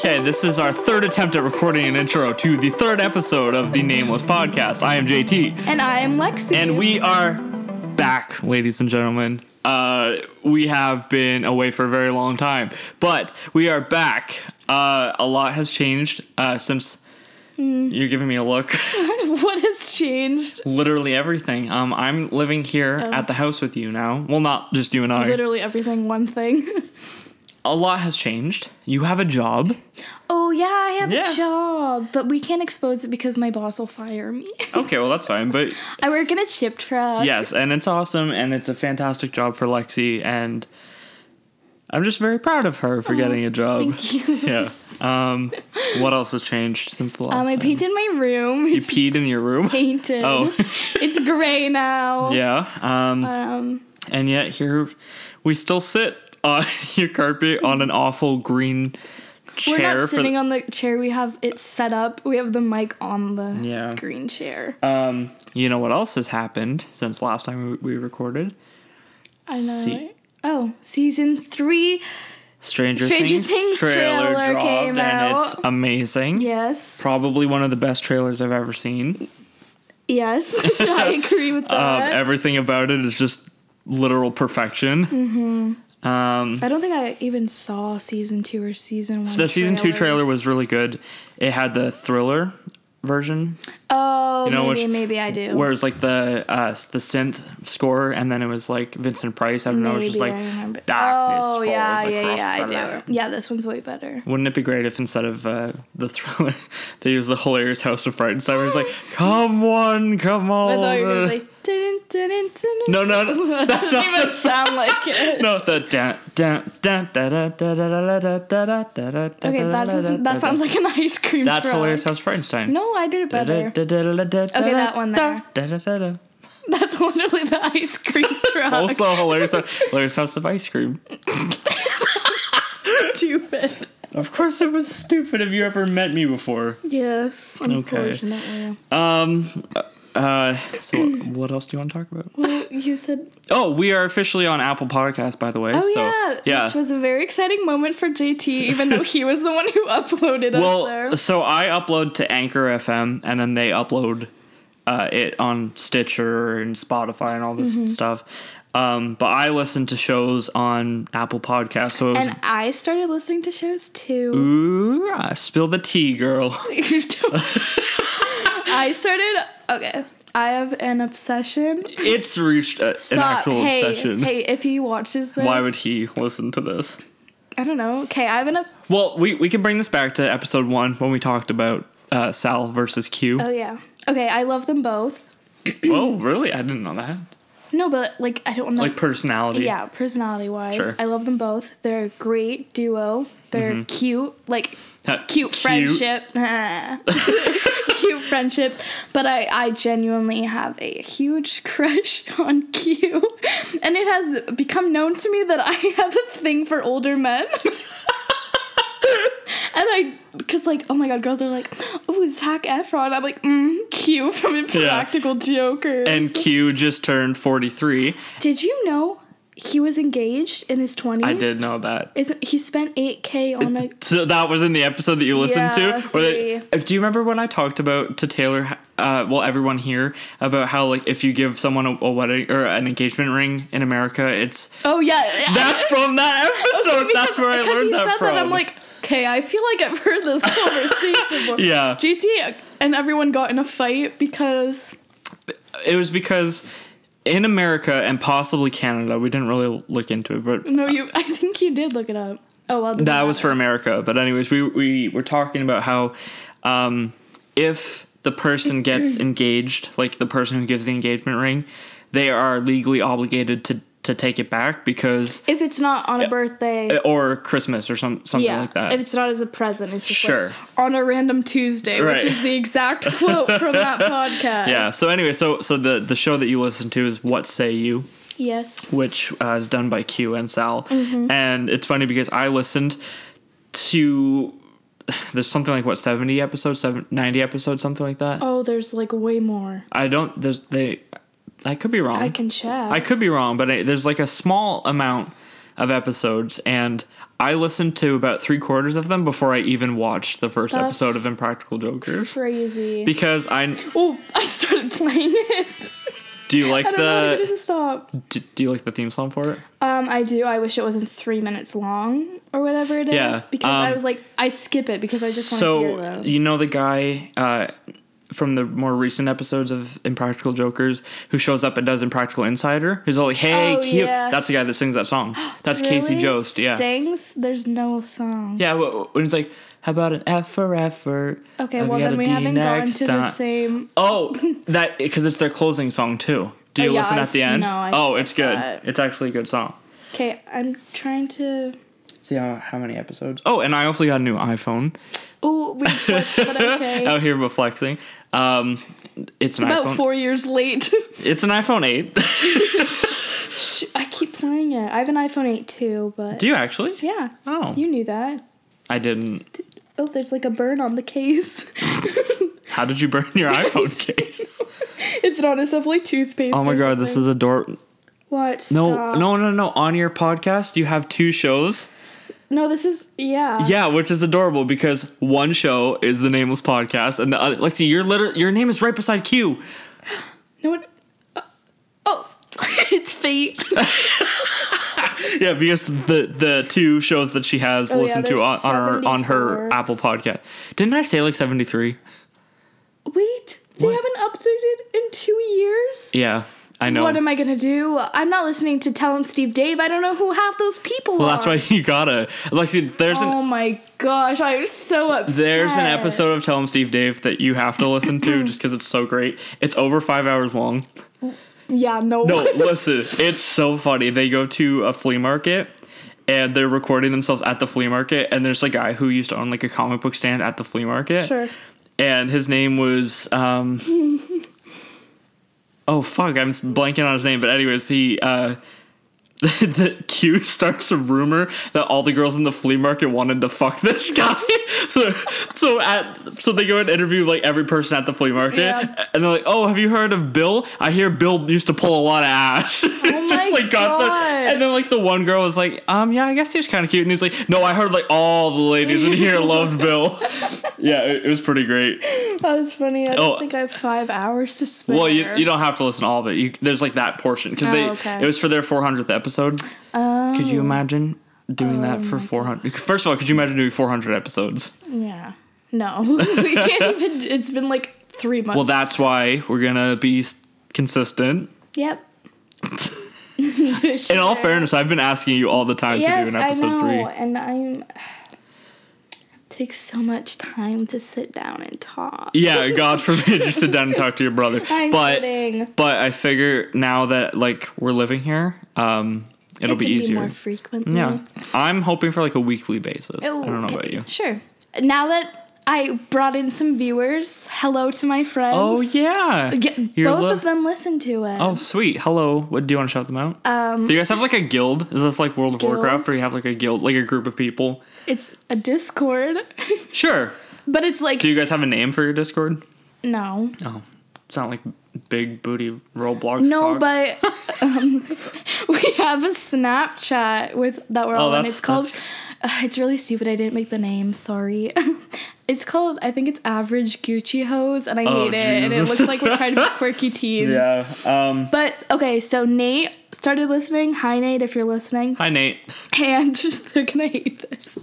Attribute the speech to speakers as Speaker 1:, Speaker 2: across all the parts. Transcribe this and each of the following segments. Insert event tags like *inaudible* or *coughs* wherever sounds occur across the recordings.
Speaker 1: Okay, this is our third attempt at recording an intro to the third episode of the Nameless Podcast. I am JT,
Speaker 2: And I am Lexi.
Speaker 1: and we are back, ladies and gentlemen. Uh, we have been away for a very long time, but we are back. Uh, a lot has changed uh, since you're giving me a look.
Speaker 2: *laughs*
Speaker 1: *laughs*
Speaker 2: what has changed?
Speaker 1: Literally everything. Um, I'm living here at the house with you now. Well, not just you and I.
Speaker 2: Literally everything, one thing. *laughs*
Speaker 1: A lot has changed. You have a job.
Speaker 2: oh, yeah, I have
Speaker 1: Yeah.
Speaker 2: a job, but we can't expose it because my boss will fire me.
Speaker 1: Okay, well that's fine, but
Speaker 2: I work in a chip truck.
Speaker 1: Yes, and it's awesome, and it's a fantastic job for Lexi, and I'm just very proud of her for getting a job. *laughs*
Speaker 2: Thank you.
Speaker 1: Yes. Um, what else has changed since the last?
Speaker 2: Um, I
Speaker 1: time?
Speaker 2: painted my room.
Speaker 1: You
Speaker 2: It's
Speaker 1: peed in your room. *laughs*
Speaker 2: painted.
Speaker 1: Oh,
Speaker 2: *laughs* it's gray now.
Speaker 1: yeah. Um,
Speaker 2: Um,
Speaker 1: and yet here we still sit on *laughs* your carpet on an awful green
Speaker 2: we're
Speaker 1: chair.
Speaker 2: not
Speaker 1: for
Speaker 2: sitting on the chair. We have it set up. We have the mic on the
Speaker 1: Yeah.
Speaker 2: green chair.
Speaker 1: um, you know what else has happened since last time we, we recorded?
Speaker 2: I know.
Speaker 1: see-
Speaker 2: right? Oh, season three.
Speaker 1: Stranger,
Speaker 2: Stranger
Speaker 1: Things,
Speaker 2: Things
Speaker 1: trailer,
Speaker 2: trailer
Speaker 1: dropped,
Speaker 2: came
Speaker 1: and it's
Speaker 2: out.
Speaker 1: amazing.
Speaker 2: Yes.
Speaker 1: Probably one of the best trailers I've ever seen.
Speaker 2: Yes. *laughs* I agree with
Speaker 1: Um,
Speaker 2: that.
Speaker 1: everything about it is just literal perfection.
Speaker 2: Mm-hmm.
Speaker 1: Um,
Speaker 2: I don't think I even saw season two or season one.
Speaker 1: the season two trailer
Speaker 2: trailers.
Speaker 1: was really good. It had the thriller version,
Speaker 2: Oh,
Speaker 1: know,
Speaker 2: maybe
Speaker 1: which-
Speaker 2: maybe I do.
Speaker 1: where it was like the uh, the synth score, and then it was like Vincent Price. I don't know. It was just
Speaker 2: Maybe
Speaker 1: like
Speaker 2: I remember.
Speaker 1: darkness
Speaker 2: oh
Speaker 1: falls
Speaker 2: yeah,
Speaker 1: across
Speaker 2: yeah, yeah. I
Speaker 1: the
Speaker 2: do.
Speaker 1: land.
Speaker 2: Yeah, this one's way better.
Speaker 1: Wouldn't it be great if instead of uh, the *laughs* thriller, they used the hilarious House of Fright? So everyone's
Speaker 2: *gasps*
Speaker 1: like, "Come on, come
Speaker 2: I
Speaker 1: on!"
Speaker 2: thought you were gonna say. Dun, dun, dun, dun,
Speaker 1: Oh, uh,
Speaker 2: *laughs*
Speaker 1: No, no, no, that's
Speaker 2: doesn't
Speaker 1: not.
Speaker 2: even sound like
Speaker 1: *laughs*
Speaker 2: it.
Speaker 1: No, the da da da da da da da da da da da da da da.
Speaker 2: Okay, that doesn't. That sounds like an ice cream.
Speaker 1: That's
Speaker 2: truck.
Speaker 1: hilarious. House Frankenstein.
Speaker 2: No, I did it better. *laughs*
Speaker 1: Okay,
Speaker 2: that one there. *laughs* That's literally the ice
Speaker 1: *laughs*
Speaker 2: cream truck.
Speaker 1: Also hilarious. Hilarious House of Ice Cream.
Speaker 2: *laughs* stupid.
Speaker 1: Of course, it was stupid. Have you ever met me before?
Speaker 2: Yes, unfortunately.
Speaker 1: Um. Uh. So, what else do you want to talk about?
Speaker 2: Well, you said
Speaker 1: Oh, we are officially on Apple Podcasts, by the way.
Speaker 2: Oh
Speaker 1: so,
Speaker 2: yeah,
Speaker 1: yeah.
Speaker 2: which was a very exciting moment for JT, even though he was the one who uploaded
Speaker 1: Well,
Speaker 2: us
Speaker 1: so I upload to Anchor FM, and then they upload uh, it on Stitcher and Spotify and all this
Speaker 2: Mm-hmm.
Speaker 1: stuff. Um, but I listen to shows on Apple Podcasts, so it
Speaker 2: there.
Speaker 1: was.
Speaker 2: And I started listening to shows too.
Speaker 1: Ooh, ah, spill the tea,
Speaker 2: *laughs*
Speaker 1: girl.
Speaker 2: You don't- I started. Okay, I have an obsession.
Speaker 1: It's reached a, an
Speaker 2: Stop.
Speaker 1: actual
Speaker 2: hey,
Speaker 1: obsession.
Speaker 2: hey, if he watches this,
Speaker 1: Why would he listen to this?
Speaker 2: I don't know. Okay, I have an. ob-
Speaker 1: Well, we, we can bring this back to episode one when we talked about uh, Sal versus Q.
Speaker 2: Oh yeah. Okay, I love them both.
Speaker 1: oh, really? I didn't know that.
Speaker 2: No, but like I don't know.
Speaker 1: Like personality.
Speaker 2: Uh, yeah, personality wise,
Speaker 1: Sure. Mm-hmm.
Speaker 2: I love them both. They're a great duo. They're cute. Like
Speaker 1: Ha-
Speaker 2: cute, friendship *laughs* cute friendship but I, I genuinely have a huge *laughs* crush on q and it has become known to me that i have a thing for older men *laughs* and i because like oh my god girls are like oh zach efron i'm like mm, q from impractical joker
Speaker 1: And Q just turned 43.
Speaker 2: did you know he was engaged in his 20s
Speaker 1: I did know that.
Speaker 2: isn't he spent 8k on a
Speaker 1: So that was in the episode that you listened
Speaker 2: Yeah,
Speaker 1: to. where they-
Speaker 2: see.
Speaker 1: Uh, do you remember when I talked about to Taylor, uh, well, everyone here about how like if you give someone a, a wedding or an engagement ring in America,
Speaker 2: *laughs*
Speaker 1: it's
Speaker 2: oh yeah
Speaker 1: that's from that episode. *laughs* that's where I
Speaker 2: because
Speaker 1: learned
Speaker 2: he
Speaker 1: that
Speaker 2: said
Speaker 1: from.
Speaker 2: that I'm like, okay, I feel like I've
Speaker 1: *laughs*
Speaker 2: heard this conversation before.
Speaker 1: Yeah.
Speaker 2: GT and everyone got in a fight because
Speaker 1: it was because in America and possibly Canada, we didn't really look into it, but
Speaker 2: no, you. *laughs* I think you did look it up. Oh well, it doesn't
Speaker 1: that was for
Speaker 2: matter.
Speaker 1: America. But anyways, we we were talking about how um, if the person gets
Speaker 2: *clears throat*
Speaker 1: engaged, like the person who gives the engagement ring, they are legally obligated to to take it back because
Speaker 2: if it's not on a birthday.
Speaker 1: or Christmas or some something
Speaker 2: Uh, yeah,
Speaker 1: like that.
Speaker 2: if it's not as a present, it's just
Speaker 1: Sure.
Speaker 2: like, on a random Tuesday,
Speaker 1: Right.
Speaker 2: which is the exact
Speaker 1: *laughs*
Speaker 2: quote from that podcast.
Speaker 1: yeah. So anyway, so so the the show that you listen to is What Say You,
Speaker 2: Yes.
Speaker 1: which uh, is done by Q and Sal,
Speaker 2: Mm-hmm.
Speaker 1: and it's funny because I listened to *sighs* there's something like what 70 episodes, seven, 90 episodes, something like that.
Speaker 2: Oh, there's like way more.
Speaker 1: I don't. There's they. I could be wrong.
Speaker 2: I can check.
Speaker 1: I could be wrong, but I, there's like a small amount of episodes, and I listened to about three quarters of them before I even watched the first
Speaker 2: That's-
Speaker 1: episode of Impractical Jokers.
Speaker 2: Crazy.
Speaker 1: Because I
Speaker 2: oh, I started playing it. *laughs*
Speaker 1: do you like
Speaker 2: I don't know if it
Speaker 1: the
Speaker 2: is a stop.
Speaker 1: do, do you like the theme song for it?
Speaker 2: Um, I do. I wish it wasn't three minutes long or whatever it is.
Speaker 1: Yeah,
Speaker 2: Because I
Speaker 1: um,
Speaker 2: was like, I skip it because I just want to hear
Speaker 1: so
Speaker 2: them.
Speaker 1: you know the guy uh, from the more recent episodes of Impractical Jokers who shows up and does Impractical Insider, who's all like, "Hey,
Speaker 2: Oh,
Speaker 1: cute."
Speaker 2: yeah.
Speaker 1: That's the guy that sings that
Speaker 2: *gasps*
Speaker 1: song. That's Casey
Speaker 2: Really?
Speaker 1: Jost. Yeah,
Speaker 2: Sings? There's no song.
Speaker 1: yeah. wh- wh- When it's like, "How about an F for effort?"
Speaker 2: Okay,
Speaker 1: Uh,
Speaker 2: well,
Speaker 1: got
Speaker 2: then
Speaker 1: a
Speaker 2: we
Speaker 1: D
Speaker 2: haven't gotten
Speaker 1: next
Speaker 2: to the
Speaker 1: time."
Speaker 2: same. *laughs*
Speaker 1: Oh, that because it's their closing song too. Do
Speaker 2: Uh,
Speaker 1: you
Speaker 2: yeah,
Speaker 1: listen
Speaker 2: I
Speaker 1: at the
Speaker 2: s-
Speaker 1: end?
Speaker 2: no, I
Speaker 1: oh,
Speaker 2: skip
Speaker 1: it's good.
Speaker 2: that.
Speaker 1: It's actually a good song.
Speaker 2: Okay, I'm trying to.
Speaker 1: See how, how many episodes? Oh, and I also got a new iPhone.
Speaker 2: Oh, we
Speaker 1: *laughs*
Speaker 2: flipped, but okay.
Speaker 1: Out here but flexing. Um, it's an
Speaker 2: About
Speaker 1: Oh, iPhone.
Speaker 2: four years late. *laughs*
Speaker 1: It's an iPhone eight. *laughs*
Speaker 2: Sh- I keep playing it. I have an iPhone 8 too, but.
Speaker 1: Do you actually?
Speaker 2: yeah.
Speaker 1: Oh,
Speaker 2: You knew that.
Speaker 1: I didn't.
Speaker 2: Oh, there's like a burn on the case. *laughs*
Speaker 1: How did you burn your iPhone case?
Speaker 2: it's not. It's definitely toothpaste.
Speaker 1: Oh my
Speaker 2: or
Speaker 1: god, this
Speaker 2: something.
Speaker 1: is a door.
Speaker 2: What?
Speaker 1: No,
Speaker 2: Stop.
Speaker 1: no, no, no. On your podcast, you have two shows.
Speaker 2: No, this is. Yeah.
Speaker 1: Yeah, which is adorable because one show is the Nameless Podcast, and the other, Lexi, your letter, your name is right beside Q.
Speaker 2: No, it. Oh, *laughs* it's fate.
Speaker 1: Yeah, because the the two shows that she has
Speaker 2: Oh, yeah,
Speaker 1: listened to on, on
Speaker 2: there's
Speaker 1: her on her
Speaker 2: 74.
Speaker 1: Apple podcast. Didn't I say like seventy three?
Speaker 2: Wait, they
Speaker 1: What?
Speaker 2: haven't updated in two years?
Speaker 1: Yeah, I know.
Speaker 2: What am I gonna do? I'm not listening to Tell Him Steve Dave. I don't know who half those people
Speaker 1: well,
Speaker 2: are.
Speaker 1: that's why you gotta Lexi. There's an
Speaker 2: oh my gosh, I'm so upset.
Speaker 1: There's an episode of Tell 'em Steve Dave that you have to listen
Speaker 2: *clears throat*
Speaker 1: to just because it's so great. It's over five hours long.
Speaker 2: Yeah, no. *laughs*
Speaker 1: No, listen, it's so funny. They go to a flea market and they're recording themselves at the flea market, and there's a guy who used to own like a comic book stand at the flea market.
Speaker 2: Sure.
Speaker 1: And his name was um Oh fuck, I'm s- blanking on his name, but anyways, he uh *laughs* that Q starts a rumor that all the girls in the flea market wanted to fuck this *laughs* guy. so so at so they go and interview like every person at the flea market
Speaker 2: Yeah.
Speaker 1: and they're like, "Oh, have you heard of Bill? I hear Bill used to pull a lot of ass." *laughs* Oh
Speaker 2: my
Speaker 1: the
Speaker 2: God.
Speaker 1: and then like the one girl was like, "Um yeah, I guess he was kind of cute." And he's like, "No, I heard like all the ladies in
Speaker 2: *laughs*
Speaker 1: here loved Bill." yeah, it, it was pretty great.
Speaker 2: That was funny. I don't
Speaker 1: Oh.
Speaker 2: think I have five hours to spare.
Speaker 1: Well, you, you don't have to listen to all of it. You, there's like that portion because
Speaker 2: Oh,
Speaker 1: they
Speaker 2: okay.
Speaker 1: it was for their 400th episode.
Speaker 2: Oh,
Speaker 1: Could you imagine doing that for 400? First of all, could you imagine doing 400 episodes?
Speaker 2: yeah. No, *laughs* we can't even. It's been like three months.
Speaker 1: Well, that's why we're gonna be s- consistent.
Speaker 2: Yep. *laughs*
Speaker 1: In all fairness, I've been asking you all the time
Speaker 2: yes,
Speaker 1: to do an
Speaker 2: I
Speaker 1: episode
Speaker 2: know,
Speaker 1: three.
Speaker 2: and I'm. *sighs* Takes so much time to sit down and talk.
Speaker 1: Yeah, God forbid *laughs* you sit down and talk to your
Speaker 2: *laughs*
Speaker 1: brother.
Speaker 2: I'm
Speaker 1: but
Speaker 2: kidding.
Speaker 1: but I figure now that like we're living here, um, it'll
Speaker 2: It
Speaker 1: be
Speaker 2: can
Speaker 1: easier.
Speaker 2: more frequently. Oh,
Speaker 1: yeah, I'm hoping for like a weekly basis. I don't know
Speaker 2: Okay,
Speaker 1: about you.
Speaker 2: Sure. Now that I brought in some viewers, hello to my friends.
Speaker 1: Oh yeah,
Speaker 2: Yeah,
Speaker 1: Your
Speaker 2: both
Speaker 1: lo-
Speaker 2: of them listen to it.
Speaker 1: Oh sweet, hello. What do you want to shout them out?
Speaker 2: Um,
Speaker 1: do you guys have like a guild? Is this like World of Warcraft,
Speaker 2: Guilds?
Speaker 1: where you have like a guild, like a group of people?
Speaker 2: It's a Discord, *laughs*
Speaker 1: Sure.
Speaker 2: but it's like
Speaker 1: Do you guys have a name for your Discord?
Speaker 2: no,
Speaker 1: No, it's not like Big Booty Roblox.
Speaker 2: no.
Speaker 1: Cox.
Speaker 2: But um, *laughs* we have a Snapchat with that we're all on.
Speaker 1: Oh, that's-
Speaker 2: It's called. Uh, it's really stupid. I didn't make the name. Sorry. *laughs* it's called. I think it's Average Gucci Hose, and I hate it. And it
Speaker 1: Oh, Jesus.
Speaker 2: looks like we're trying to be
Speaker 1: *laughs*
Speaker 2: quirky teens.
Speaker 1: yeah. Um.
Speaker 2: But okay, so Nate started listening. Hi, Nate, if you're listening.
Speaker 1: Hi Nate.
Speaker 2: *laughs* And *laughs* they're gonna hate
Speaker 1: *laughs*
Speaker 2: this.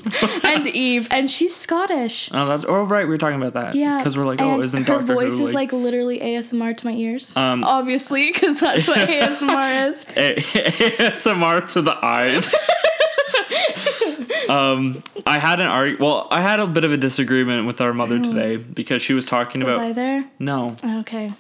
Speaker 2: and Eve, and she's Scottish.
Speaker 1: Oh, that's oh right. We were talking about that.
Speaker 2: Yeah,
Speaker 1: Because we're like, oh,
Speaker 2: and
Speaker 1: isn't
Speaker 2: her
Speaker 1: Doctor
Speaker 2: voice
Speaker 1: Who
Speaker 2: is like literally ASMR to my ears?
Speaker 1: Um,
Speaker 2: Obviously, because
Speaker 1: *laughs*
Speaker 2: that's what ASMR is.
Speaker 1: A- ASMR to the
Speaker 2: *laughs*
Speaker 1: eyes? um, I had an arg. Well, I had a bit of a disagreement with our mother today because she was talking
Speaker 2: Mm. Was
Speaker 1: about
Speaker 2: I there?
Speaker 1: no,
Speaker 2: Okay.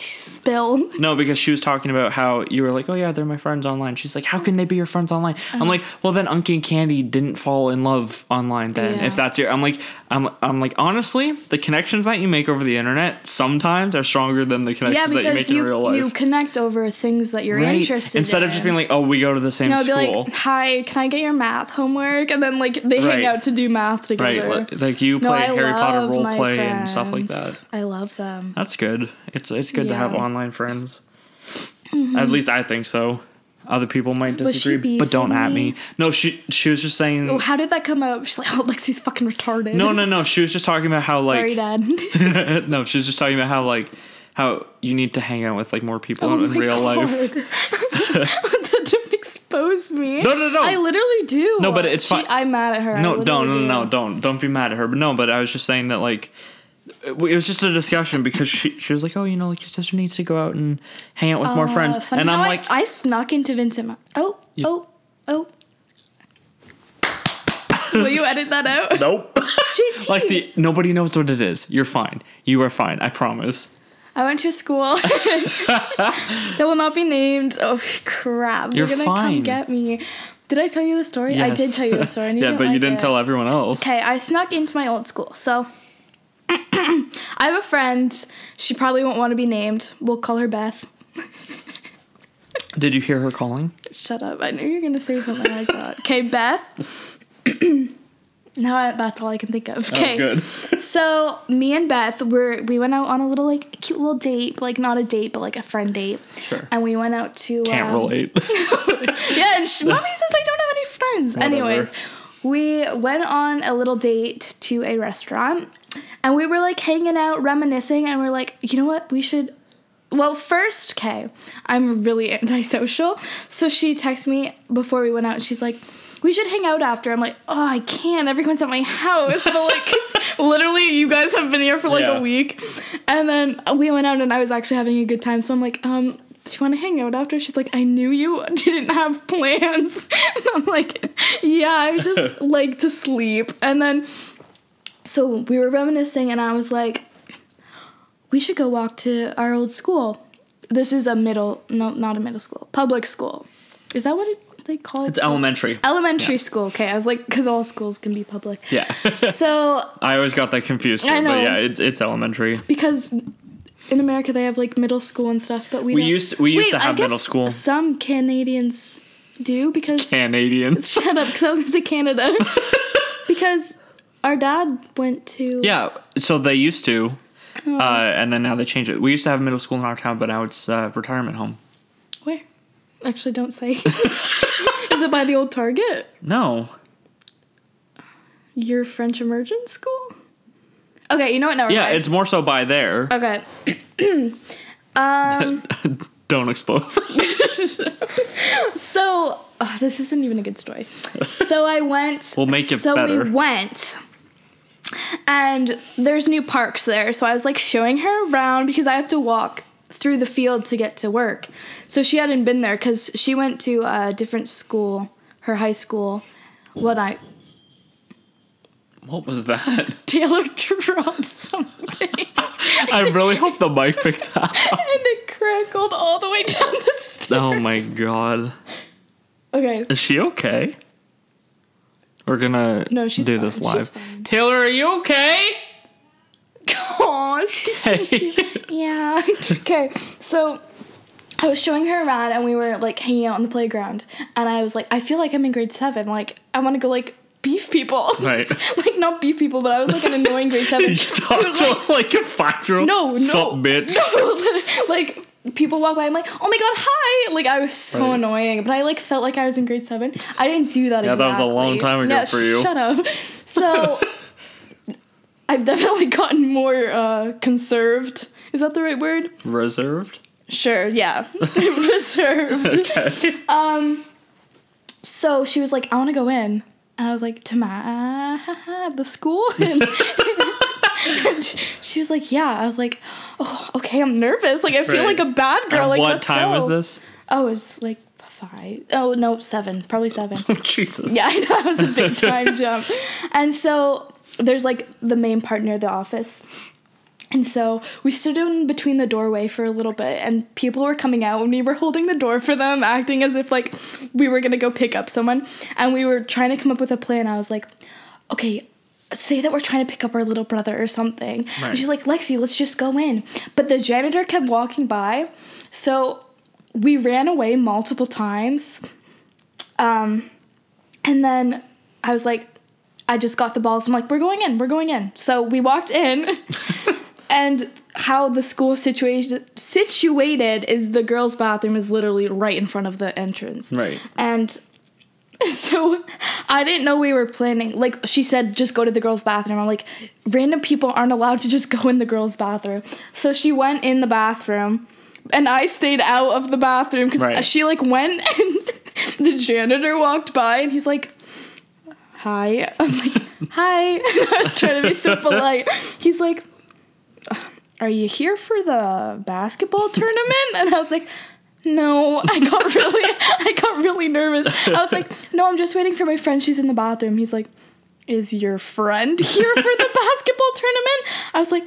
Speaker 2: Spill.
Speaker 1: no, because she was talking about how you were like, oh yeah, they're my friends online. She's like, how can they be your friends online?
Speaker 2: Uh-huh.
Speaker 1: I'm like, well then, Unky and Candy didn't fall in love online. Then
Speaker 2: Yeah.
Speaker 1: if that's your, I'm like, I'm, I'm like, honestly, the connections that you make over the internet sometimes are stronger than the
Speaker 2: Yeah,
Speaker 1: connections that you make
Speaker 2: because
Speaker 1: in real
Speaker 2: you,
Speaker 1: life.
Speaker 2: you connect over things that you're
Speaker 1: Right?
Speaker 2: interested
Speaker 1: Instead
Speaker 2: in.
Speaker 1: of just being like, oh, we go to the same
Speaker 2: no, I'd be
Speaker 1: school.
Speaker 2: like, hi, can I get your math homework? And then, like, they
Speaker 1: Right.
Speaker 2: hang out to do math
Speaker 1: Right,
Speaker 2: together.
Speaker 1: li- like you play Harry Potter
Speaker 2: love
Speaker 1: role
Speaker 2: my
Speaker 1: play and stuff like
Speaker 2: friends.
Speaker 1: that. Um,
Speaker 2: I love them.
Speaker 1: That's good. It's it's good to have
Speaker 2: Yeah. Mm-hmm.
Speaker 1: online friends. At least I think so. Other people might
Speaker 2: Was she
Speaker 1: disagree, but don't
Speaker 2: beefing
Speaker 1: at
Speaker 2: me?
Speaker 1: me. No, she she was just saying.
Speaker 2: Oh, How did that come out? She's like, oh, Lexi's fucking
Speaker 1: *laughs*
Speaker 2: retarded.
Speaker 1: No, no, no. She was just talking about how like
Speaker 2: *laughs* Sorry,
Speaker 1: *laughs*
Speaker 2: Dad. *laughs*
Speaker 1: no, she was just talking about how like how you need to hang out with like more
Speaker 2: Oh
Speaker 1: people in real
Speaker 2: *laughs*
Speaker 1: life. *laughs*
Speaker 2: that don't expose me.
Speaker 1: No, no, no.
Speaker 2: I literally do.
Speaker 1: No, but it's
Speaker 2: She-
Speaker 1: fine.
Speaker 2: I'm mad at her. I
Speaker 1: No, don't, no,
Speaker 2: literally
Speaker 1: no,
Speaker 2: do.
Speaker 1: don't, don't be mad at her. But no, but I was just saying that like it was just a discussion because she she was like, oh, you know, like your sister needs to go out and hang out with more
Speaker 2: Uh,
Speaker 1: friends,
Speaker 2: funny
Speaker 1: and
Speaker 2: how
Speaker 1: I'm
Speaker 2: I-
Speaker 1: like,
Speaker 2: I, snuck into Vincent. Ma- oh, oh, oh. Will you edit that *laughs* out?
Speaker 1: nope. *laughs*
Speaker 2: JT.
Speaker 1: like the nobody knows what it is. You're fine. You are fine. I promise.
Speaker 2: I went to a school *laughs* that will not be named. Oh crap!
Speaker 1: You're
Speaker 2: They're gonna
Speaker 1: fine.
Speaker 2: come get me. Did I tell you the story? I did
Speaker 1: Yes.
Speaker 2: tell you the story. And you
Speaker 1: yeah, but you
Speaker 2: like
Speaker 1: didn't
Speaker 2: it.
Speaker 1: tell everyone else.
Speaker 2: Okay, I snuck into my old school. So *clears throat* I have a friend. She probably won't want to be named. We'll call her Beth.
Speaker 1: Did you hear her calling?
Speaker 2: Shut up. I knew you were going to say something like that. Okay, Beth. *clears throat* now I, that's all I can think of. Okay.
Speaker 1: Oh, good.
Speaker 2: So me and Beth were we went out on a little like cute little date, like not a date, but like a friend date.
Speaker 1: Sure.
Speaker 2: And we went out to
Speaker 1: Can't
Speaker 2: um,
Speaker 1: relate.
Speaker 2: *laughs* yeah, and she, mommy says I don't have any friends.
Speaker 1: Whatever.
Speaker 2: Anyways, we went on a little date to a restaurant and we were like hanging out, reminiscing, and we're like, you know what? We should. Well, first, Kay, I'm really antisocial. So she texted me before we went out and she's like, we should hang out after. I'm like, oh, I can't. Everyone's at my house. But like, literally, you guys have been here for like
Speaker 1: Yeah.
Speaker 2: a week. And then we went out and I was actually having a good time. So I'm like, um, do you want to hang out after? She's like, I knew you *laughs* didn't have plans. *laughs* and I'm like, yeah, I just like to sleep. And then, so we were reminiscing, and I was like, we should go walk to our old school. This is a middle, no, not a middle school, public school. Is that what it, they call it?
Speaker 1: it's elementary.
Speaker 2: Elementary school, okay. I was like, because all schools can be public.
Speaker 1: yeah. *laughs*
Speaker 2: So
Speaker 1: I always got that confused. Too,
Speaker 2: I know.
Speaker 1: But yeah, it's it's elementary.
Speaker 2: because in America they have like middle school and stuff, but we
Speaker 1: We
Speaker 2: don't.
Speaker 1: used to- we used
Speaker 2: Wait,
Speaker 1: to
Speaker 2: I
Speaker 1: have middle
Speaker 2: guess
Speaker 1: school.
Speaker 2: Some Canadians do because
Speaker 1: Canadians.
Speaker 2: *laughs* shut up, because I was gonna
Speaker 1: *laughs*
Speaker 2: say Canada because our dad went to
Speaker 1: Yeah, so they used to,
Speaker 2: Oh.
Speaker 1: uh, and then now they changed it. We used to have middle school in our town, but now it's uh, retirement home.
Speaker 2: where actually
Speaker 1: *laughs*
Speaker 2: don't say is it by the old Target
Speaker 1: No,
Speaker 2: your French immersion school okay you know what never
Speaker 1: yeah,
Speaker 2: mind.
Speaker 1: it's more so by there.
Speaker 2: okay um.
Speaker 1: *laughs* Don't
Speaker 2: *laughs*
Speaker 1: expose.
Speaker 2: So oh, this isn't even a
Speaker 1: *laughs*
Speaker 2: good story. So I went.
Speaker 1: We'll make it
Speaker 2: so
Speaker 1: better.
Speaker 2: we went, and there's new parks there. So I was like showing her around because I have to walk through the field to get to work. So she hadn't been there because she went to a different school, her high school. What I *laughs*
Speaker 1: what was that?
Speaker 2: Taylor dropped something
Speaker 1: I
Speaker 2: *laughs*
Speaker 1: really hope the mic picked that. up.
Speaker 2: and it crackled all the way down the stairs.
Speaker 1: Oh my god,
Speaker 2: Okay. *laughs*
Speaker 1: is she okay? We're gonna
Speaker 2: No, she's
Speaker 1: do
Speaker 2: fine.
Speaker 1: this
Speaker 2: She's
Speaker 1: live.
Speaker 2: fine.
Speaker 1: Taylor, are you okay?
Speaker 2: Gosh. *laughs* Yeah. *laughs* okay. So I was showing her around and we were like hanging out on the playground and I was like, I feel like I'm in grade seven. Like I wanna go like beef people. *laughs*
Speaker 1: Right.
Speaker 2: like not beef people, but I was like an annoying grade
Speaker 1: *laughs*
Speaker 2: seven.
Speaker 1: you talk to like a five year old. *laughs*
Speaker 2: No, no.
Speaker 1: bitch.
Speaker 2: *laughs* No, like people walk by, I'm like, oh my god, hi! Like I was so
Speaker 1: Right.
Speaker 2: annoying, but I like felt like I was in grade seven. I didn't do that.
Speaker 1: Yeah, that
Speaker 2: exactly.
Speaker 1: was a long time ago
Speaker 2: No,
Speaker 1: for you. *laughs*
Speaker 2: Shut up. So I've definitely gotten more uh, conserved. Is that the right word? *laughs*
Speaker 1: Reserved.
Speaker 2: Sure, yeah. *laughs* Reserved. Um so she was like, I wanna go in. And I was like, to my *laughs* the school? *laughs* And, and *laughs* she- she was like, Yeah. I was like, Oh, okay, I'm nervous. Like I feel
Speaker 1: Right.
Speaker 2: like a bad girl.
Speaker 1: At
Speaker 2: like
Speaker 1: what
Speaker 2: let's
Speaker 1: time
Speaker 2: go.
Speaker 1: was this? *laughs*
Speaker 2: Oh, it was like five. Oh no, seven. Probably seven.
Speaker 1: Oh, Jesus.
Speaker 2: Yeah, *laughs* I know that was a big time jump. And so there's like the main part near the office. And so we stood in between the doorway for a little bit, and people were coming out, and we were holding the door for them, acting as if like we were gonna go pick up someone. And we were trying to come up with a plan. I was like, okay, say that we're trying to pick up our little brother or something.
Speaker 1: Right.
Speaker 2: And she's like, Lexi, let's just go in. But the janitor kept walking by, so we ran away multiple times. Um, and then I was like, I just got the balls. I'm like, we're going in, we're going in. So we walked in, and how the school situation situated is the girls' bathroom is literally right in front of the entrance.
Speaker 1: Right.
Speaker 2: And *laughs* so I didn't know we were planning. Like she said, just go to the girls' bathroom. I'm like, random people aren't allowed to just go in the girls' bathroom. So she went in the bathroom, and I stayed out of the bathroom because
Speaker 1: Right.
Speaker 2: she like went *laughs* and the janitor walked by and he's like, "Hi." I'm like, "Hi." *laughs* And I was trying to be so polite. He's like, "Are you here for the basketball tournament?" And I was like. No, I got *laughs* really, I got really nervous. I was like, no, I'm just waiting for my friend. She's in the bathroom. He's like, is your friend *laughs* here for the basketball tournament? I was like,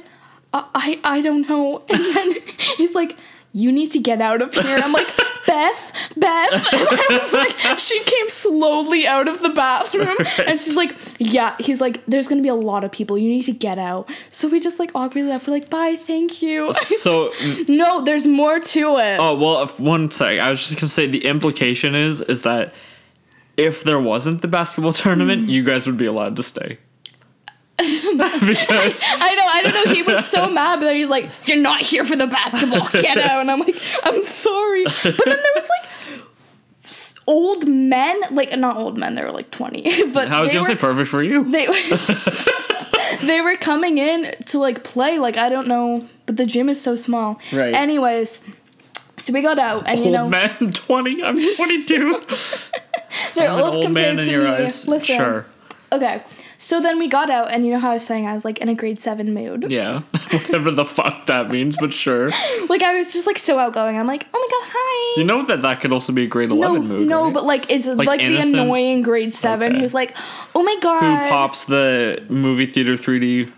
Speaker 2: I, I, I don't know. *laughs* And then he's like, you need to get out of here. I'm like, Beth, Beth. *laughs* And I was like, she came slowly out of the bathroom, and she's like, yeah. He's like, there's gonna be a lot of people. You need to get out. So we just like awkwardly left. We're like, bye, thank you.
Speaker 1: So
Speaker 2: no, there's more to it.
Speaker 1: Oh well, if, one sec. I was just gonna say the implication is is that if there wasn't the basketball
Speaker 2: Mm.
Speaker 1: tournament, you guys would be allowed to stay. *laughs* because
Speaker 2: I know, I don't know. He was
Speaker 1: *laughs*
Speaker 2: so mad, but then he's like, "You're not here for the basketball, get out!" And I'm like, "I'm sorry." But then there was like s- old men, like not old men. They were like 20, *laughs* but
Speaker 1: how is
Speaker 2: *laughs* they
Speaker 1: gonna say
Speaker 2: were,
Speaker 1: perfect for you?
Speaker 2: *laughs* they
Speaker 1: *laughs*
Speaker 2: they were *laughs* coming in to like play. Like I don't know, but the gym is so small.
Speaker 1: Right.
Speaker 2: Anyways, so we got out, and you know
Speaker 1: Old man, *laughs* twenty.
Speaker 2: *laughs*
Speaker 1: I'm twenty two.
Speaker 2: they're
Speaker 1: An
Speaker 2: old,
Speaker 1: old
Speaker 2: compared
Speaker 1: man in
Speaker 2: to
Speaker 1: your
Speaker 2: me.
Speaker 1: eyes.
Speaker 2: Listen.
Speaker 1: Sure.
Speaker 2: Okay. So then we got out, and you know how I was saying I was like in a grade seven mood.
Speaker 1: Yeah. *laughs* Whatever the fuck that means, but sure.
Speaker 2: Like I was just like so outgoing. I'm like, oh my god, hi.
Speaker 1: You know that that could also be a grade eleven
Speaker 2: no,
Speaker 1: mood.
Speaker 2: No,
Speaker 1: right?
Speaker 2: but like it's like, the
Speaker 1: innocent?
Speaker 2: annoying grade seven
Speaker 1: Okay.
Speaker 2: who's like, oh my god,
Speaker 1: who pops the movie theater three D?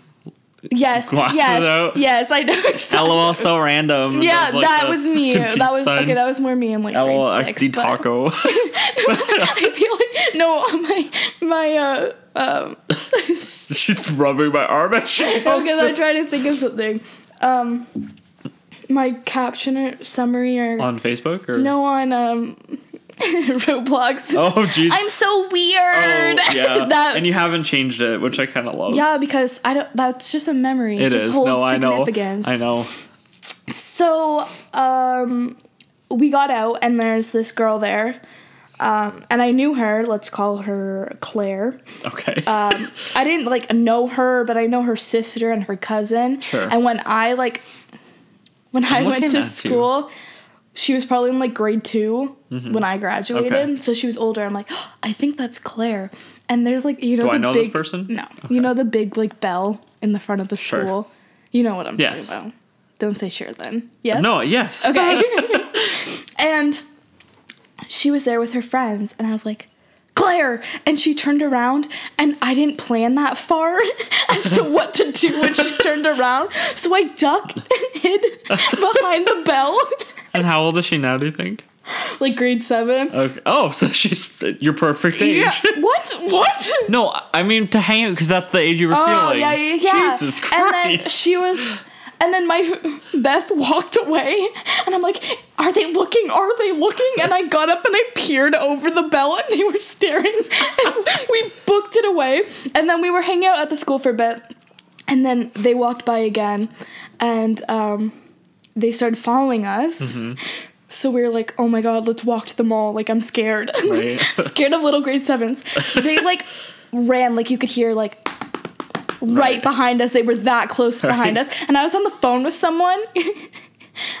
Speaker 2: yes,
Speaker 1: glasses
Speaker 2: yes,
Speaker 1: out?
Speaker 2: yes, I know.
Speaker 1: *laughs*
Speaker 2: exactly. *laughs*
Speaker 1: LOL, so random.
Speaker 2: yeah,
Speaker 1: Does, like,
Speaker 2: that
Speaker 1: the
Speaker 2: was
Speaker 1: *laughs*
Speaker 2: me. That
Speaker 1: peace
Speaker 2: was
Speaker 1: sign.
Speaker 2: okay. That was more me in like grade six.
Speaker 1: LOLXD
Speaker 2: but
Speaker 1: taco.
Speaker 2: *laughs*
Speaker 1: *laughs*
Speaker 2: I feel like no, *laughs* my my uh um *laughs* because
Speaker 1: She's rubbing my arm as
Speaker 2: *laughs*
Speaker 1: she does
Speaker 2: I'm trying to think of something. Um, my caption or summary or
Speaker 1: on Facebook or
Speaker 2: no on um *laughs* Roblox.
Speaker 1: *laughs* Oh jeez.
Speaker 2: I'm so weird. *laughs*
Speaker 1: Oh, yeah.
Speaker 2: That's-
Speaker 1: and you haven't changed it, which I kind of love.
Speaker 2: Yeah, because I don't. That's just a memory.
Speaker 1: it
Speaker 2: just
Speaker 1: is.
Speaker 2: Holds
Speaker 1: No, I know.
Speaker 2: significance.
Speaker 1: I know.
Speaker 2: So, um, we got out, and there's this girl there, um, and I knew her. Let's call her Claire.
Speaker 1: Okay.
Speaker 2: Um, I didn't like know her, but I know her sister and her cousin.
Speaker 1: Sure.
Speaker 2: And when I like, when i went
Speaker 1: looking
Speaker 2: to
Speaker 1: at you.
Speaker 2: school. She was probably in like grade 2 when I graduated,
Speaker 1: Mm-hmm. Okay.
Speaker 2: so she was older. I'm like, I think that's Claire. And there's like, you know,
Speaker 1: Do I
Speaker 2: the
Speaker 1: know
Speaker 2: big,
Speaker 1: this person?
Speaker 2: No, you know the big like bell in the front of the
Speaker 1: Sure.
Speaker 2: school. You know what I'm
Speaker 1: Yes.
Speaker 2: talking about. Don't say sure then. Yes.
Speaker 1: no. Yes.
Speaker 2: Okay. *laughs* and she was there with her friends, and I was like, Claire! And she turned around, and I didn't plan that far *laughs* as to what to do when she turned around. So I ducked *laughs* and hid behind the bell, *laughs*
Speaker 1: And how old is she now? Do you think?
Speaker 2: like grade seven.
Speaker 1: Okay. Oh, so she's your perfect age. *laughs*
Speaker 2: Yeah. What? What?
Speaker 1: No, I mean to hang out because that's the age you were
Speaker 2: Oh
Speaker 1: feeling.
Speaker 2: yeah, yeah, yeah.
Speaker 1: Jesus Christ.
Speaker 2: And then she was, and then my Beth walked away, and I'm like, "Are they looking? Are they looking?" And I got up and I peered over the bell, and they were staring. And we booked it away, and then we were hanging out at the school for a bit, and then they walked by again, and um, they started following us.
Speaker 1: Mm-hmm.
Speaker 2: So we were like, oh my god, let's walk to the mall. Like, I'm scared. *laughs*
Speaker 1: Right.
Speaker 2: scared of little grade sevens. They
Speaker 1: *laughs*
Speaker 2: like ran, like, you could hear, like, right,
Speaker 1: Right.
Speaker 2: behind us. They were that close behind
Speaker 1: Right.
Speaker 2: us. And I was on the phone with someone. *laughs*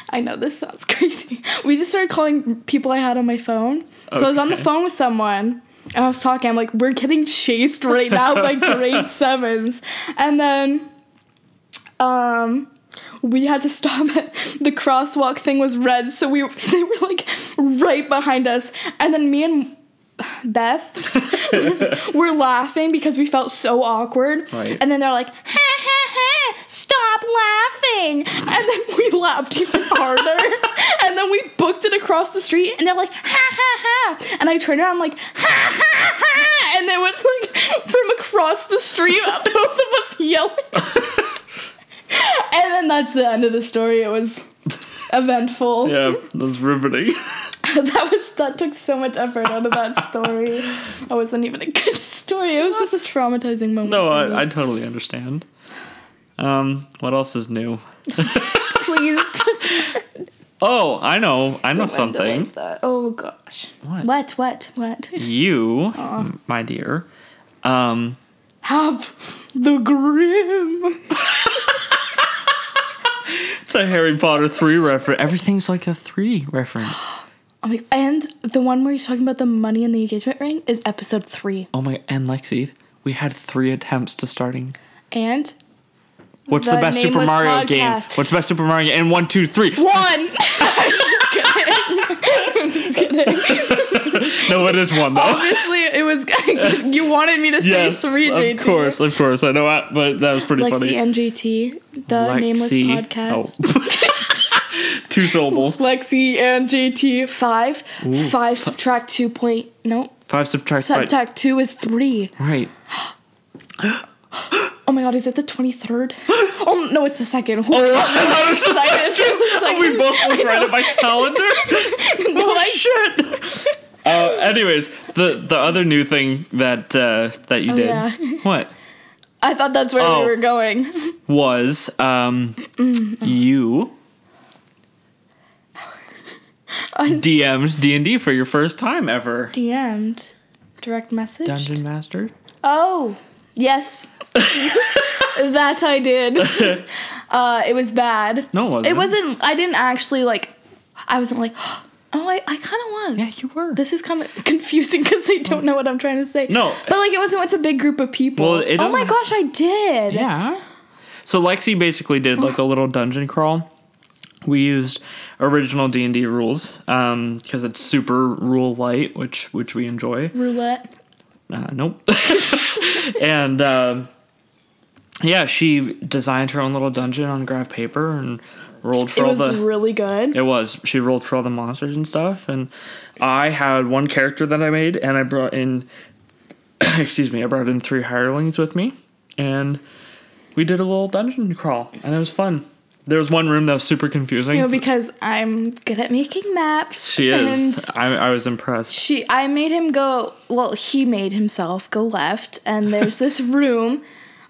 Speaker 2: I know this sounds *laughs* crazy. We just started calling people I had on my phone. So I was on the
Speaker 1: Okay.
Speaker 2: phone with someone. And I was talking. I'm like, we're getting chased right now
Speaker 1: *laughs*
Speaker 2: by grade sevens. And then, um, we had to stop at the crosswalk thing was red so we *laughs* they were like right behind us and then me and beth were laughing because we felt so awkward
Speaker 1: Right.
Speaker 2: and then they're like ha ha ha stop laughing and then we laughed even harder and then we booked it across the street and they're like ha ha ha and i turned around i'm like ha ha ha and there was like from across the street *laughs* both of us yelling and then that's the end of the story. It
Speaker 1: *laughs*
Speaker 2: was
Speaker 1: *laughs*
Speaker 2: eventful.
Speaker 1: yeah, that's riveting.
Speaker 2: *laughs*
Speaker 1: *laughs*
Speaker 2: that was that took so much effort out of that story. That wasn't even a good story. It was just a traumatizing moment.
Speaker 1: No,
Speaker 2: for me.
Speaker 1: I, I totally understand. Um, what else is new? *laughs*
Speaker 2: Please.
Speaker 1: Oh, I know. I know something.
Speaker 2: Oh gosh.
Speaker 1: What?
Speaker 2: What? What? What?
Speaker 1: You, m- my dear, um,
Speaker 2: Have the grim.
Speaker 1: *laughs* it's a Harry Potter 3 reference. Everything's like a 3 reference.
Speaker 2: Oh my, and the one where you're talking about the money and the engagement ring is episode three.
Speaker 1: Oh my, and Lexi, we had three attempts to starting.
Speaker 2: And
Speaker 1: What's the,
Speaker 2: The
Speaker 1: best Super
Speaker 2: nameless
Speaker 1: Mario game?
Speaker 2: podcast.
Speaker 1: What's the best Super Mario game? And one, two, three.
Speaker 2: one. *laughs* I'm just kidding. *laughs* I'm
Speaker 1: *laughs*
Speaker 2: just kidding.
Speaker 1: No, it is one *laughs*
Speaker 2: *laughs*
Speaker 1: though.
Speaker 2: Obviously, it was. *laughs* you wanted me to Oh, say
Speaker 1: yes,
Speaker 2: three,
Speaker 1: of
Speaker 2: JT.
Speaker 1: course, of course. I know, I, but that was pretty
Speaker 2: Lexi
Speaker 1: funny.
Speaker 2: and JT, the nameless podcast.
Speaker 1: Oh. *laughs* Two
Speaker 2: *laughs*
Speaker 1: syllables.
Speaker 2: Lexi and JT five. Five subtract two point no.
Speaker 1: Five subtract.
Speaker 2: Subtract
Speaker 1: Subtract.
Speaker 2: two is three.
Speaker 1: Right.
Speaker 2: Oh my god, is it the twenty third?
Speaker 1: *gasps*
Speaker 2: oh no, it's the *laughs* second. Oh,
Speaker 1: That was- *laughs*
Speaker 2: second. second. *laughs*
Speaker 1: we both looked right at my calendar.
Speaker 2: They're *laughs* like,
Speaker 1: Shit.
Speaker 2: *laughs*
Speaker 1: Uh, anyways, the the other new thing that uh, that you did,
Speaker 2: Oh, yeah.
Speaker 1: what
Speaker 2: I thought that's where
Speaker 1: Oh.
Speaker 2: we were going. *laughs*
Speaker 1: was um, you DM'd D and D for your first time ever.
Speaker 2: DM'd. Direct message.
Speaker 1: Dungeon Master.
Speaker 2: Oh,
Speaker 1: *laughs*
Speaker 2: yes. *laughs* that I did. Uh, it was bad.
Speaker 1: No, it wasn't.
Speaker 2: It wasn't. I didn't actually like. I wasn't like. *gasps* Oh, I, I kind of was.
Speaker 1: Yeah, you were.
Speaker 2: This is kind of confusing because I don't know what I'm trying to say.
Speaker 1: No.
Speaker 2: but like it wasn't with a big group of people.
Speaker 1: Well, it
Speaker 2: oh my
Speaker 1: doesn't-
Speaker 2: gosh, I did.
Speaker 1: Yeah. So Lexi basically did like a little dungeon crawl. We used original D and D rules because it's super rule light, which which we enjoy.
Speaker 2: Roulette.
Speaker 1: Uh, nope. *laughs* and um yeah, she designed her own little dungeon on graph paper and rolled for
Speaker 2: It
Speaker 1: all
Speaker 2: was
Speaker 1: the.
Speaker 2: really good.
Speaker 1: it was. She rolled for all the monsters and stuff. And I had one character that I made, and I brought in. *coughs* excuse me. I brought in three hirelings with me, and we did a little dungeon crawl, and it was fun. There was one room that was super confusing.
Speaker 2: You know, because I'm good at making maps.
Speaker 1: she
Speaker 2: and
Speaker 1: is. I, I was impressed.
Speaker 2: she i made him go well he made himself go left and
Speaker 1: *laughs*
Speaker 2: there's this room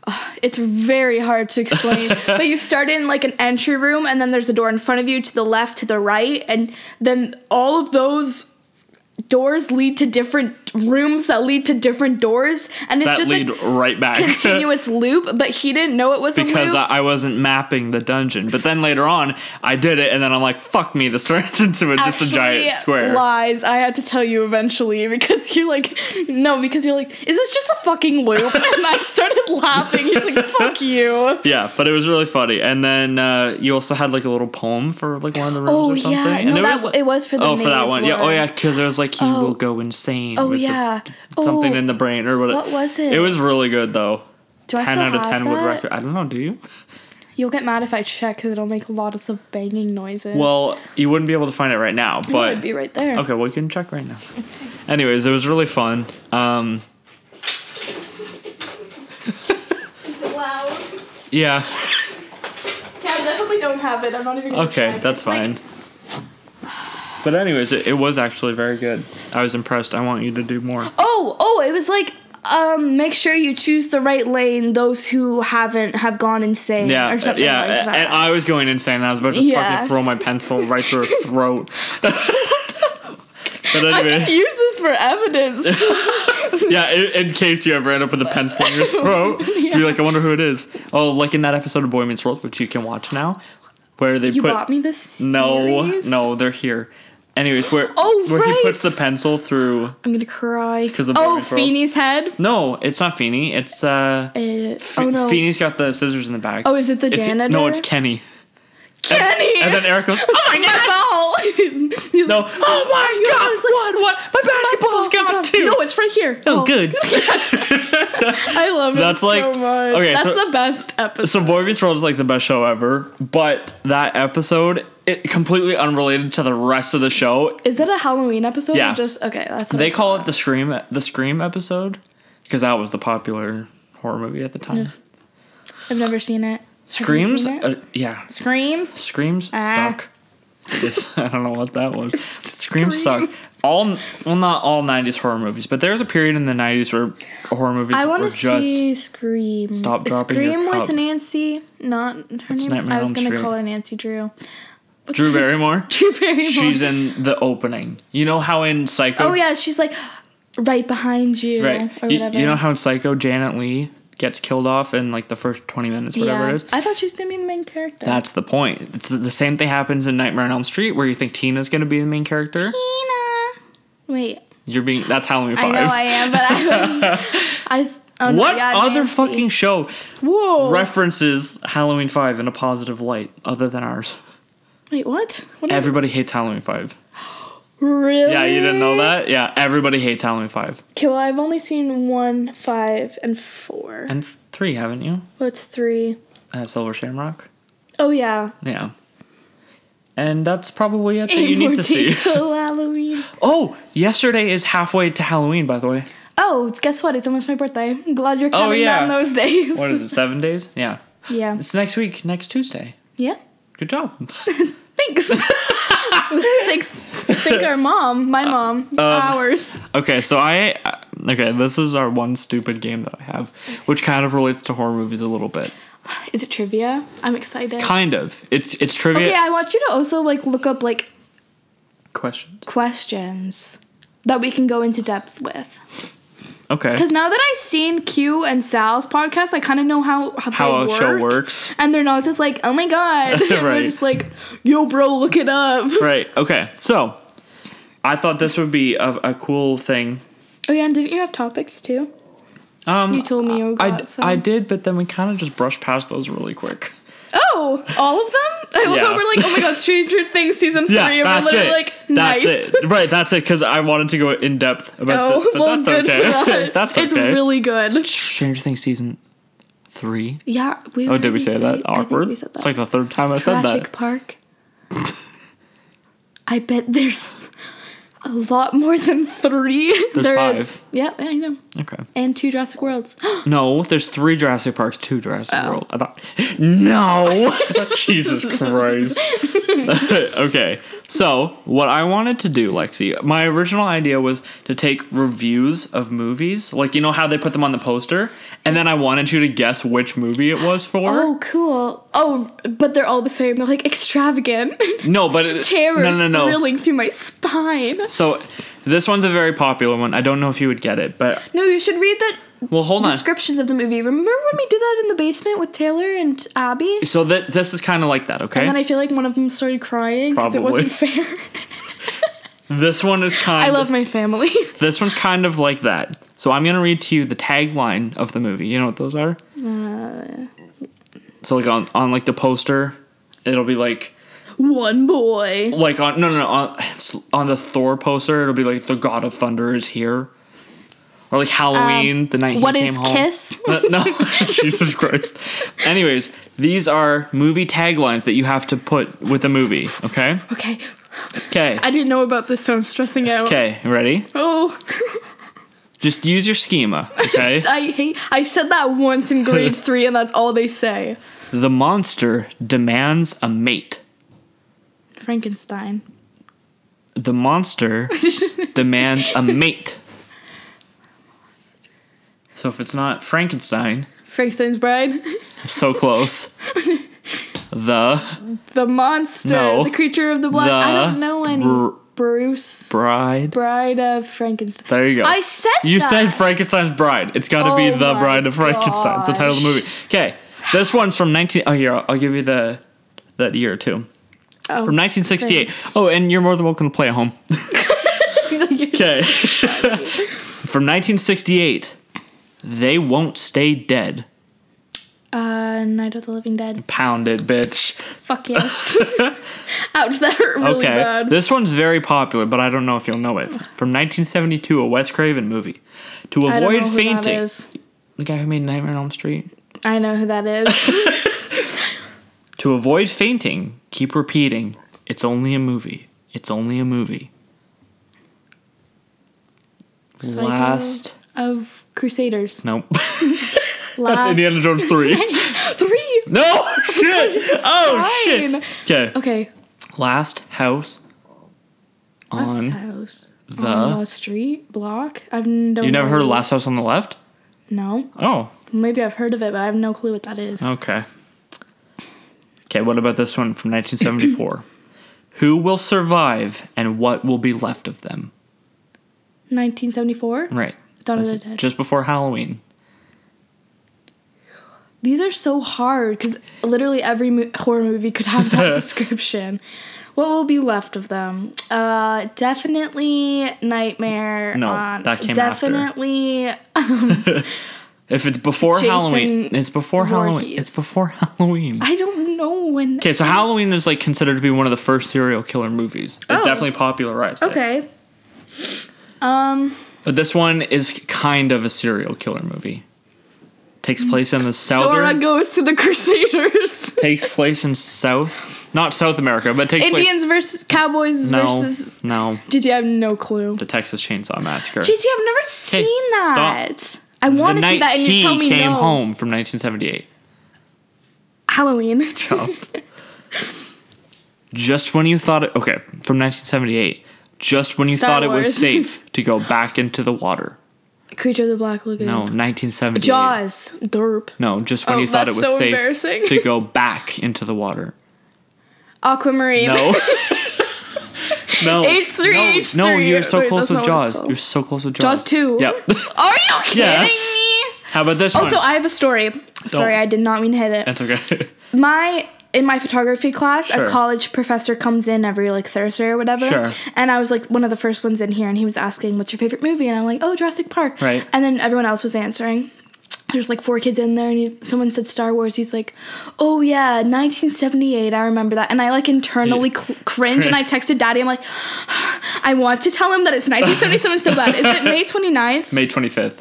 Speaker 2: Ugh, it's very hard
Speaker 1: *laughs*
Speaker 2: to explain but you start in like an entry room and then there's a door in front of you to the left to the right and then all of those doors lead to different rooms that lead to different doors and it's
Speaker 1: That
Speaker 2: just
Speaker 1: lead
Speaker 2: a
Speaker 1: right *laughs* back. *laughs*
Speaker 2: continuous loop but he didn't know it was a
Speaker 1: because
Speaker 2: loop
Speaker 1: I, I wasn't mapping the dungeon. But then later on, I did it, and then I'm like, "Fuck me!" This turns *laughs* into a, just a giant
Speaker 2: Actually,
Speaker 1: square.
Speaker 2: Lies. I had to tell you eventually because you're like, no, because you're like, is this just a fucking loop? *laughs* and I started laughing. He's like,
Speaker 1: *laughs*
Speaker 2: fuck you.
Speaker 1: Yeah, but it was really funny. And then uh, you also had like a little poem for like one of the rooms
Speaker 2: Oh
Speaker 1: or something.
Speaker 2: yeah,
Speaker 1: and
Speaker 2: no, that
Speaker 1: was, like-
Speaker 2: it was for the
Speaker 1: oh for that
Speaker 2: maze
Speaker 1: one. Yeah, oh
Speaker 2: one.
Speaker 1: yeah, because it was like he will go insane.
Speaker 2: Oh
Speaker 1: with the-
Speaker 2: yeah.
Speaker 1: something
Speaker 2: oh,
Speaker 1: in the brain or whatever.
Speaker 2: what was it?
Speaker 1: It was really good though.
Speaker 2: do I
Speaker 1: ten
Speaker 2: still
Speaker 1: out of
Speaker 2: have
Speaker 1: ten would
Speaker 2: that?
Speaker 1: recommend. I don't know. Do you?
Speaker 2: You'll get mad if I check because it'll make lots of banging noises.
Speaker 1: Well, you wouldn't be able to find it right now, but
Speaker 2: it'd be right there.
Speaker 1: Okay, well, you can check right now. Anyways, it was really fun. Um,
Speaker 2: Is it loud?
Speaker 1: yeah.
Speaker 2: Yeah, I definitely don't have it. I'm not even. Gonna
Speaker 1: Okay,
Speaker 2: check.
Speaker 1: that's
Speaker 2: It's like-
Speaker 1: fine. but anyways, it, it was actually very good. I was impressed. I want you to do more.
Speaker 2: Oh, oh, it was like um make sure you choose the right lane those who haven't have gone insane
Speaker 1: Yeah, uh,
Speaker 2: or something
Speaker 1: yeah.
Speaker 2: like that.
Speaker 1: and I was going insane. I was about to
Speaker 2: Yeah.
Speaker 1: fucking throw my pencil right through
Speaker 2: *laughs*
Speaker 1: her throat. *laughs* but
Speaker 2: I can
Speaker 1: anyway,
Speaker 2: use this for
Speaker 1: *laughs*
Speaker 2: evidence.
Speaker 1: yeah. In, in case you ever end up with a pencil in
Speaker 2: *laughs*
Speaker 1: your throat, you'd be like, I wonder who it is. Oh, like in that episode of Boy Meets World, which you can watch now, where they
Speaker 2: you
Speaker 1: put
Speaker 2: bought me this.
Speaker 1: no,
Speaker 2: series?
Speaker 1: no, they're here. Anyways, where
Speaker 2: *gasps* Oh,
Speaker 1: where he
Speaker 2: right.
Speaker 1: puts the pencil through.
Speaker 2: I'm gonna cry.
Speaker 1: 'Cause of
Speaker 2: oh,
Speaker 1: Barbie's world.
Speaker 2: Feeney's head.
Speaker 1: No, it's not Feeny. It's uh. Fe-
Speaker 2: Uh, oh no.
Speaker 1: Feeny's got the scissors in the back.
Speaker 2: Oh, is it the
Speaker 1: It's-
Speaker 2: janitor?
Speaker 1: No, it's Kenny.
Speaker 2: Kenny.
Speaker 1: And then
Speaker 2: *laughs*
Speaker 1: Eric goes,
Speaker 2: oh my *laughs* nipple! He's
Speaker 1: No. *gasps*
Speaker 2: like, Oh my god! It's like,
Speaker 1: What? My basketball's
Speaker 2: oh my
Speaker 1: gone
Speaker 2: God.
Speaker 1: too.
Speaker 2: No, it's right here.
Speaker 1: oh, good.
Speaker 2: I love
Speaker 1: That's
Speaker 2: it
Speaker 1: like-
Speaker 2: so much.
Speaker 1: okay,
Speaker 2: that's
Speaker 1: so-
Speaker 2: the best episode.
Speaker 1: So Boy Meets World is like the best show ever, but that episode it completely unrelated to the rest of the show.
Speaker 2: Is it a Halloween episode?
Speaker 1: Yeah.
Speaker 2: Or just okay. That's what
Speaker 1: They
Speaker 2: I-
Speaker 1: call it the Scream the Scream episode because that was the popular horror movie at the time.
Speaker 2: I've never seen it. Have you
Speaker 1: Screams,
Speaker 2: seen it?
Speaker 1: uh, yeah,
Speaker 2: Screams.
Speaker 1: Screams
Speaker 2: Ah.
Speaker 1: *laughs*
Speaker 2: *laughs*
Speaker 1: suck. Yes, I don't know what that was. Screams
Speaker 2: Scream.
Speaker 1: suck. all well not all 90s horror movies but there was a period in the 90s where horror movies
Speaker 2: I want
Speaker 1: were
Speaker 2: to
Speaker 1: just
Speaker 2: see Scream.
Speaker 1: Stop dropping your
Speaker 2: Scream with
Speaker 1: cup.
Speaker 2: Nancy. Not her
Speaker 1: It's
Speaker 2: name's.
Speaker 1: Nightmare
Speaker 2: I was
Speaker 1: on
Speaker 2: gonna
Speaker 1: Street.
Speaker 2: call her Nancy Drew. What's
Speaker 1: drew
Speaker 2: her-
Speaker 1: barrymore
Speaker 2: *laughs* Drew Barrymore.
Speaker 1: she's in the opening you know how in psycho
Speaker 2: oh yeah, she's like right behind you
Speaker 1: right
Speaker 2: or
Speaker 1: you,
Speaker 2: whatever.
Speaker 1: you know how in psycho janet lee gets killed off in like the first 20 minutes whatever
Speaker 2: yeah.
Speaker 1: it is
Speaker 2: I thought she was gonna be the main character.
Speaker 1: that's the point it's the, the same thing happens in nightmare on elm street where you think tina's going to be the main character
Speaker 2: Tina. Wait,
Speaker 1: you're being that's halloween 5
Speaker 2: I know I am, but
Speaker 1: *laughs*
Speaker 2: I was. I. th- Oh, no,
Speaker 1: what
Speaker 2: yeah,
Speaker 1: other
Speaker 2: Nancy.
Speaker 1: fucking show
Speaker 2: Whoa.
Speaker 1: references halloween 5 in a positive light other than ours
Speaker 2: Wait, what? What? are-
Speaker 1: everybody hates halloween 5
Speaker 2: really?
Speaker 1: Yeah, you didn't know that? Yeah, everybody hates Halloween 5.
Speaker 2: Okay, well, I've only seen one, five, and four.
Speaker 1: And 3, haven't you?
Speaker 2: What's three?
Speaker 1: Uh, Silver Shamrock.
Speaker 2: Oh yeah,
Speaker 1: Yeah. And that's probably it that
Speaker 2: Eight
Speaker 1: you
Speaker 2: more
Speaker 1: need to see.
Speaker 2: days till Halloween.
Speaker 1: *laughs* Oh, yesterday is halfway to Halloween, by the way.
Speaker 2: Oh, guess what? It's almost my birthday. I'm glad you're counting
Speaker 1: Oh, yeah.
Speaker 2: down those days.
Speaker 1: What is
Speaker 2: *laughs*
Speaker 1: it, seven days? Yeah.
Speaker 2: Yeah.
Speaker 1: It's next week, next Tuesday.
Speaker 2: Yeah.
Speaker 1: Good job.
Speaker 2: Thanks. *laughs* Thanks. Thank our mom,
Speaker 1: Uh,
Speaker 2: my mom,
Speaker 1: um,
Speaker 2: ours.
Speaker 1: Okay, so I. uh, Okay, this is our one stupid game that I have, which kind of relates to horror movies a little bit.
Speaker 2: Is it trivia? I'm excited.
Speaker 1: Kind of. It's it's trivia
Speaker 2: Okay, I want you to also like look up like
Speaker 1: questions.
Speaker 2: questions that we can go into depth with.
Speaker 1: Okay.
Speaker 2: Because now that I've seen Q and Sal's podcast, I kind of know how how,
Speaker 1: How
Speaker 2: they
Speaker 1: a
Speaker 2: work.
Speaker 1: show works.
Speaker 2: And they're not just like, oh
Speaker 1: *laughs*
Speaker 2: my god. And We're
Speaker 1: Right.
Speaker 2: just like, yo, bro, look it up.
Speaker 1: Right. Okay. So, I thought this would be a, a cool thing.
Speaker 2: Oh yeah, and didn't you have topics too?
Speaker 1: Um,
Speaker 2: You told me you
Speaker 1: I,
Speaker 2: got some.
Speaker 1: I did, but then we kind of just brushed past those really quick.
Speaker 2: Oh, all of them? I love how
Speaker 1: Yeah.
Speaker 2: we're like, oh my god, Stranger Things season
Speaker 1: *laughs* Yeah,
Speaker 2: three, and we're
Speaker 1: that's
Speaker 2: literally
Speaker 1: it.
Speaker 2: like,
Speaker 1: that's
Speaker 2: nice.
Speaker 1: it. Right. That's it. Because I wanted to go in depth about.
Speaker 2: Oh,
Speaker 1: this, but
Speaker 2: well,
Speaker 1: that's
Speaker 2: good
Speaker 1: okay. *laughs*
Speaker 2: for that.
Speaker 1: that's okay.
Speaker 2: It's really good.
Speaker 1: Stranger Things season three.
Speaker 2: Yeah, we.
Speaker 1: Oh, did we say that?
Speaker 2: I think
Speaker 1: Awkward.
Speaker 2: we said that.
Speaker 1: It's like the third time I
Speaker 2: Jurassic
Speaker 1: said
Speaker 2: Park. I bet there's a lot more than three.
Speaker 1: There's
Speaker 2: There
Speaker 1: five.
Speaker 2: is. Yeah, I know.
Speaker 1: that. Okay.
Speaker 2: And two Jurassic Worlds. *gasps*
Speaker 1: No, there's three Jurassic Parks, two Jurassic
Speaker 2: Oh.
Speaker 1: World. I thought, no, *laughs* Jesus Christ. *laughs* okay, so what I wanted to do, Lexi, my original idea was to take reviews of movies, like you know how they put them on the poster, and then I wanted you to guess which movie it was for.
Speaker 2: oh, cool. Oh, but they're all the same. They're like extravagant. *laughs*
Speaker 1: No, but it,
Speaker 2: Terror
Speaker 1: no, no, no.
Speaker 2: thrilling through my spine.
Speaker 1: So this one's a very popular one. I don't know if you would get it, but
Speaker 2: No, you should read the
Speaker 1: well, hold on.
Speaker 2: descriptions of the movie. Remember when we did that in the basement with Taylor and Abby?
Speaker 1: So that this is kind of like that, okay?
Speaker 2: And then I feel like one of them started crying because it
Speaker 1: *laughs*
Speaker 2: wasn't fair.
Speaker 1: this one is kind.
Speaker 2: I love my family. *laughs*
Speaker 1: This one's kind of like that. So I'm going to read to you the tagline of the movie. You know what those are? So like on on like the poster, it'll be like
Speaker 2: One boy.
Speaker 1: like on no no no on, on the Thor poster, it'll be like the God of Thunder is here. Or like Halloween, the night
Speaker 2: Um, what
Speaker 1: he came
Speaker 2: is
Speaker 1: home.
Speaker 2: Kiss?
Speaker 1: No, no. *laughs* Jesus Christ. Anyways, these are movie taglines that you have to put with a movie,
Speaker 2: *laughs*
Speaker 1: okay?
Speaker 2: Okay.
Speaker 1: Okay.
Speaker 2: I didn't know about this, so I'm stressing out.
Speaker 1: Okay, ready?
Speaker 2: Oh,
Speaker 1: Just use your schema,
Speaker 2: *laughs*
Speaker 1: okay?
Speaker 2: I hate. I said that once
Speaker 1: *laughs*
Speaker 2: in grade three, and that's all they say.
Speaker 1: The monster demands a mate.
Speaker 2: Frankenstein. *laughs*
Speaker 1: The monster demands a mate. So if it's not Frankenstein,
Speaker 2: Frankenstein's bride.
Speaker 1: so close. The
Speaker 2: The monster.
Speaker 1: No.
Speaker 2: The creature of the black. I
Speaker 1: The
Speaker 2: don't know any.
Speaker 1: Br-
Speaker 2: Bruce.
Speaker 1: bride.
Speaker 2: bride of Frankenstein.
Speaker 1: There you go.
Speaker 2: I said
Speaker 1: You
Speaker 2: that.
Speaker 1: said Frankenstein's bride. It's got to be
Speaker 2: Oh
Speaker 1: the
Speaker 2: my
Speaker 1: bride of Frankenstein. It's the title of the
Speaker 2: gosh.
Speaker 1: movie. Okay, this one's from 19. oh, here I'll, I'll give you the that year too.
Speaker 2: Oh,
Speaker 1: From 1968. Oh, and you're more than welcome to play at
Speaker 2: *laughs*
Speaker 1: home. Okay. From 1968, they won't stay dead.
Speaker 2: Uh, Night of the Living Dead.
Speaker 1: Pound it, bitch. *laughs*
Speaker 2: Fuck yes. *laughs* Ouch, that hurt really
Speaker 1: Okay.
Speaker 2: bad.
Speaker 1: This one's very popular, but I don't know if you'll know it. From 1972, a Wes Craven movie. To
Speaker 2: I
Speaker 1: avoid
Speaker 2: don't know who
Speaker 1: fainting.
Speaker 2: That is.
Speaker 1: The guy who made Nightmare on Elm Street.
Speaker 2: I know who that is.
Speaker 1: To avoid fainting, keep repeating, it's only a movie. It's only a movie.
Speaker 2: Psycho.
Speaker 1: Last.
Speaker 2: of Crusaders.
Speaker 1: Nope. *laughs*
Speaker 2: Last *laughs*
Speaker 1: Indiana Jones 3.
Speaker 2: three.
Speaker 1: *laughs*
Speaker 2: *laughs*
Speaker 1: no! Shit! Oh, shit!
Speaker 2: sign.
Speaker 1: Okay.
Speaker 2: Okay.
Speaker 1: Last house on
Speaker 2: House
Speaker 1: the.
Speaker 2: on the street block. I've n- don't
Speaker 1: you never
Speaker 2: know
Speaker 1: heard of
Speaker 2: what-
Speaker 1: Last House on the Left?
Speaker 2: No,
Speaker 1: Oh,
Speaker 2: maybe I've heard of it, but I have no clue what that is.
Speaker 1: okay. Okay, what about this one from 1974?
Speaker 2: *coughs*
Speaker 1: Who will survive and what will be left of them?
Speaker 2: 1974.
Speaker 1: Right.
Speaker 2: Dawn of
Speaker 1: That's
Speaker 2: the Dead.
Speaker 1: Just before Halloween.
Speaker 2: These are so hard because literally every mo- *laughs* horror movie could have
Speaker 1: *laughs*
Speaker 2: that description. What will be left of them? Uh, definitely Nightmare.
Speaker 1: No,
Speaker 2: on,
Speaker 1: that came after.
Speaker 2: definitely,
Speaker 1: If it's before
Speaker 2: Jason
Speaker 1: Halloween, it's before Halloween.
Speaker 2: Voorhees.
Speaker 1: It's before *laughs* Halloween.
Speaker 2: I don't know when.
Speaker 1: Okay, so Halloween is like considered to be one of the first serial killer movies. It
Speaker 2: Oh.
Speaker 1: definitely popularized. it.
Speaker 2: Okay. Um.
Speaker 1: But this one is kind of a serial killer movie. Takes place
Speaker 2: *laughs*
Speaker 1: in the
Speaker 2: Dora
Speaker 1: southern
Speaker 2: goes to the *laughs* Crusaders.
Speaker 1: takes place in South not South America, but takes place
Speaker 2: Indians versus Cowboys
Speaker 1: no,
Speaker 2: versus
Speaker 1: no,
Speaker 2: GT. I have no clue.
Speaker 1: the Texas Chainsaw Massacre.
Speaker 2: GT, I've never seen that. I
Speaker 1: the
Speaker 2: want to see
Speaker 1: night
Speaker 2: that, and
Speaker 1: he
Speaker 2: you tell me
Speaker 1: came
Speaker 2: no.
Speaker 1: home from 1978. *laughs*
Speaker 2: Halloween.
Speaker 1: Oh. just when you thought it okay, from 1978. Just when you
Speaker 2: Star
Speaker 1: thought it was
Speaker 2: Wars.
Speaker 1: safe
Speaker 2: *laughs*
Speaker 1: to go back into the water.
Speaker 2: Creature of the Black Lagoon.
Speaker 1: No, 1978.
Speaker 2: Jaws. Derp.
Speaker 1: No, just when
Speaker 2: Oh,
Speaker 1: you thought it
Speaker 2: that's
Speaker 1: was
Speaker 2: so
Speaker 1: safe
Speaker 2: embarrassing.
Speaker 1: to
Speaker 2: *laughs*
Speaker 1: go back into the water.
Speaker 2: Aquamarine.
Speaker 1: No. no. no,
Speaker 2: H3, H3.
Speaker 1: No, you're so
Speaker 2: Wait,
Speaker 1: close
Speaker 2: that's
Speaker 1: with
Speaker 2: not what it's
Speaker 1: Jaws.
Speaker 2: called.
Speaker 1: You're so close with Jaws.
Speaker 2: Jaws 2. *laughs*
Speaker 1: Yep.
Speaker 2: *laughs* Are you kidding
Speaker 1: Yes.
Speaker 2: me?
Speaker 1: How about this one?
Speaker 2: Also, Oh, I have a story. Sorry, I did not mean to hit it.
Speaker 1: That's okay. *laughs*
Speaker 2: my in my photography class,
Speaker 1: Sure.
Speaker 2: a college professor comes in every like Thursday or whatever.
Speaker 1: Sure.
Speaker 2: And I was like one of the first ones in here, and he was asking, "What's your favorite movie?" And I'm like, "Oh, Jurassic Park."
Speaker 1: Right.
Speaker 2: And then everyone else was answering. There's like four kids in there, and he, someone said Star Wars. He's like, "Oh yeah, 1978. I remember that." And I like internally cl- cringe, and I texted Daddy. I'm like, "I want to tell him that it's 1977 so bad. Is it May
Speaker 1: *laughs*
Speaker 2: 29th?
Speaker 1: May 25th.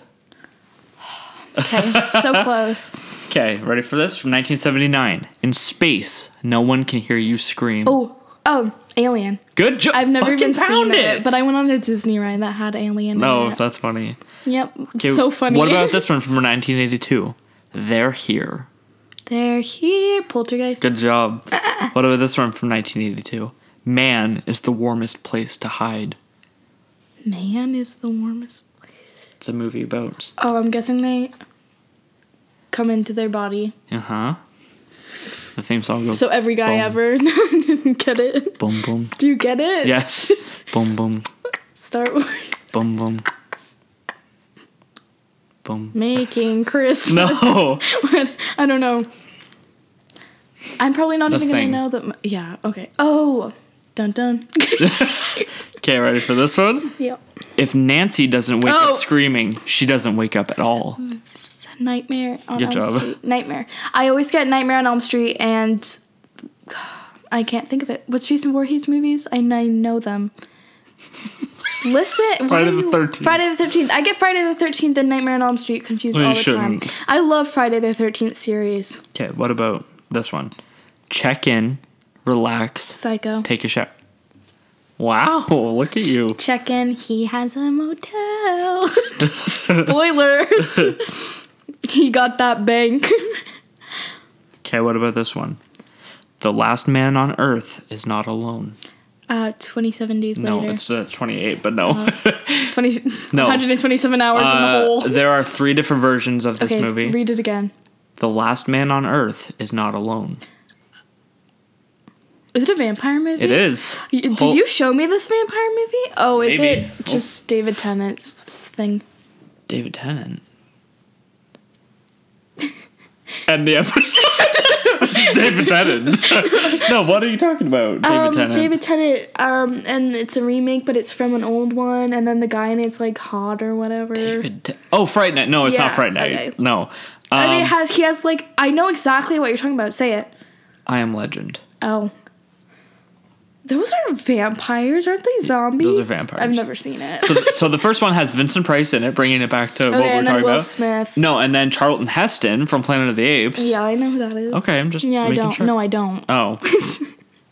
Speaker 2: Okay, so close.
Speaker 1: Okay, ready for this? From 1979. In space, no one can hear you scream.
Speaker 2: Oh, oh, Alien.
Speaker 1: Good job.
Speaker 2: I've never even seen it. but I went on a Disney ride that had Alien.
Speaker 1: No,
Speaker 2: in it.
Speaker 1: Oh, that's funny.
Speaker 2: yep, it's
Speaker 1: Okay,
Speaker 2: so funny.
Speaker 1: What
Speaker 2: *laughs*
Speaker 1: about this one from 1982? They're here.
Speaker 2: They're here, Poltergeist.
Speaker 1: Good
Speaker 2: *laughs*
Speaker 1: job. what about this one from 1982? Man is the warmest place to hide.
Speaker 2: Man is the warmest.
Speaker 1: It's a movie about.
Speaker 2: Oh, I'm guessing they come into their body.
Speaker 1: Uh huh. The theme song goes.
Speaker 2: So every guy
Speaker 1: Boom.
Speaker 2: ever *laughs* didn't get it.
Speaker 1: boom boom.
Speaker 2: Do you get it? *laughs*
Speaker 1: Yes. boom boom.
Speaker 2: Star Wars *laughs*
Speaker 1: Boom boom. Boom.
Speaker 2: making Christmas.
Speaker 1: No.
Speaker 2: *laughs* What? I don't know. I'm probably not
Speaker 1: The
Speaker 2: even
Speaker 1: Thing.
Speaker 2: gonna know that. m- Yeah. Okay. Oh.
Speaker 1: *laughs*
Speaker 2: Dun dun. *laughs*
Speaker 1: okay, ready for this one?
Speaker 2: yep.
Speaker 1: If Nancy doesn't wake
Speaker 2: Oh.
Speaker 1: up screaming, she doesn't wake up at all.
Speaker 2: Nightmare on
Speaker 1: Good
Speaker 2: Elm
Speaker 1: job.
Speaker 2: Street. Nightmare. I always get Nightmare on Elm Street, and *sighs* I can't think of it. What's Jason Voorhees movies? I, I
Speaker 1: *laughs*
Speaker 2: know them. Listen, why
Speaker 1: Friday
Speaker 2: do
Speaker 1: the
Speaker 2: you-
Speaker 1: 13th.
Speaker 2: Friday the Thirteenth. I get Friday the Thirteenth and Nightmare on Elm Street confused
Speaker 1: Well, you
Speaker 2: all the time.
Speaker 1: shouldn't.
Speaker 2: I love Friday the Thirteenth series.
Speaker 1: Okay, what about this one? Check in, relax,
Speaker 2: Psycho.
Speaker 1: take a shower. Wow, look at you.
Speaker 2: Check in. He has
Speaker 1: *laughs*
Speaker 2: a motel. Spoilers. he got
Speaker 1: *laughs*
Speaker 2: that bank.
Speaker 1: Okay, what about this one? The last man on earth is not alone.
Speaker 2: Uh, twenty seven days
Speaker 1: No,
Speaker 2: later.
Speaker 1: it's that's 28, but no.
Speaker 2: 20,
Speaker 1: No.
Speaker 2: 127 hours in the
Speaker 1: Uh,
Speaker 2: hole.
Speaker 1: there are three different versions of this
Speaker 2: Okay,
Speaker 1: movie.
Speaker 2: read it again.
Speaker 1: the last man on earth is not alone.
Speaker 2: Is it a vampire movie?
Speaker 1: It is.
Speaker 2: Y- Did
Speaker 1: Hol-
Speaker 2: you show me this vampire movie? Oh, is
Speaker 1: Maybe.
Speaker 2: it just David Tennant's thing?
Speaker 1: David Tennant. *laughs* And the episode. This is *laughs* David Tennant. *laughs* no, what are you talking about? David
Speaker 2: um,
Speaker 1: Tennant.
Speaker 2: David Tennant, um, and it's a remake, but it's from an old one, and then the guy in it's like hot or whatever.
Speaker 1: David Ten- oh, Fright Night. No, it's not
Speaker 2: Yeah,
Speaker 1: Fright Night.
Speaker 2: okay.
Speaker 1: No.
Speaker 2: and it
Speaker 1: Um,
Speaker 2: has he has like I know exactly what you're talking about. Say it.
Speaker 1: I am Legend.
Speaker 2: Oh. Those are vampires, aren't they? Zombies.
Speaker 1: vampires.
Speaker 2: I've never seen it.
Speaker 1: So, th- so the first one has Vincent Price in it, bringing it back to what we
Speaker 2: okay,
Speaker 1: were
Speaker 2: and
Speaker 1: talking
Speaker 2: then Will
Speaker 1: about.
Speaker 2: Smith.
Speaker 1: No, and then Charlton Heston from Planet of the Apes.
Speaker 2: Yeah, I know who that is.
Speaker 1: Okay, I'm just
Speaker 2: Yeah, I
Speaker 1: making
Speaker 2: don't.
Speaker 1: sure.
Speaker 2: No, I don't. *laughs*
Speaker 1: Oh.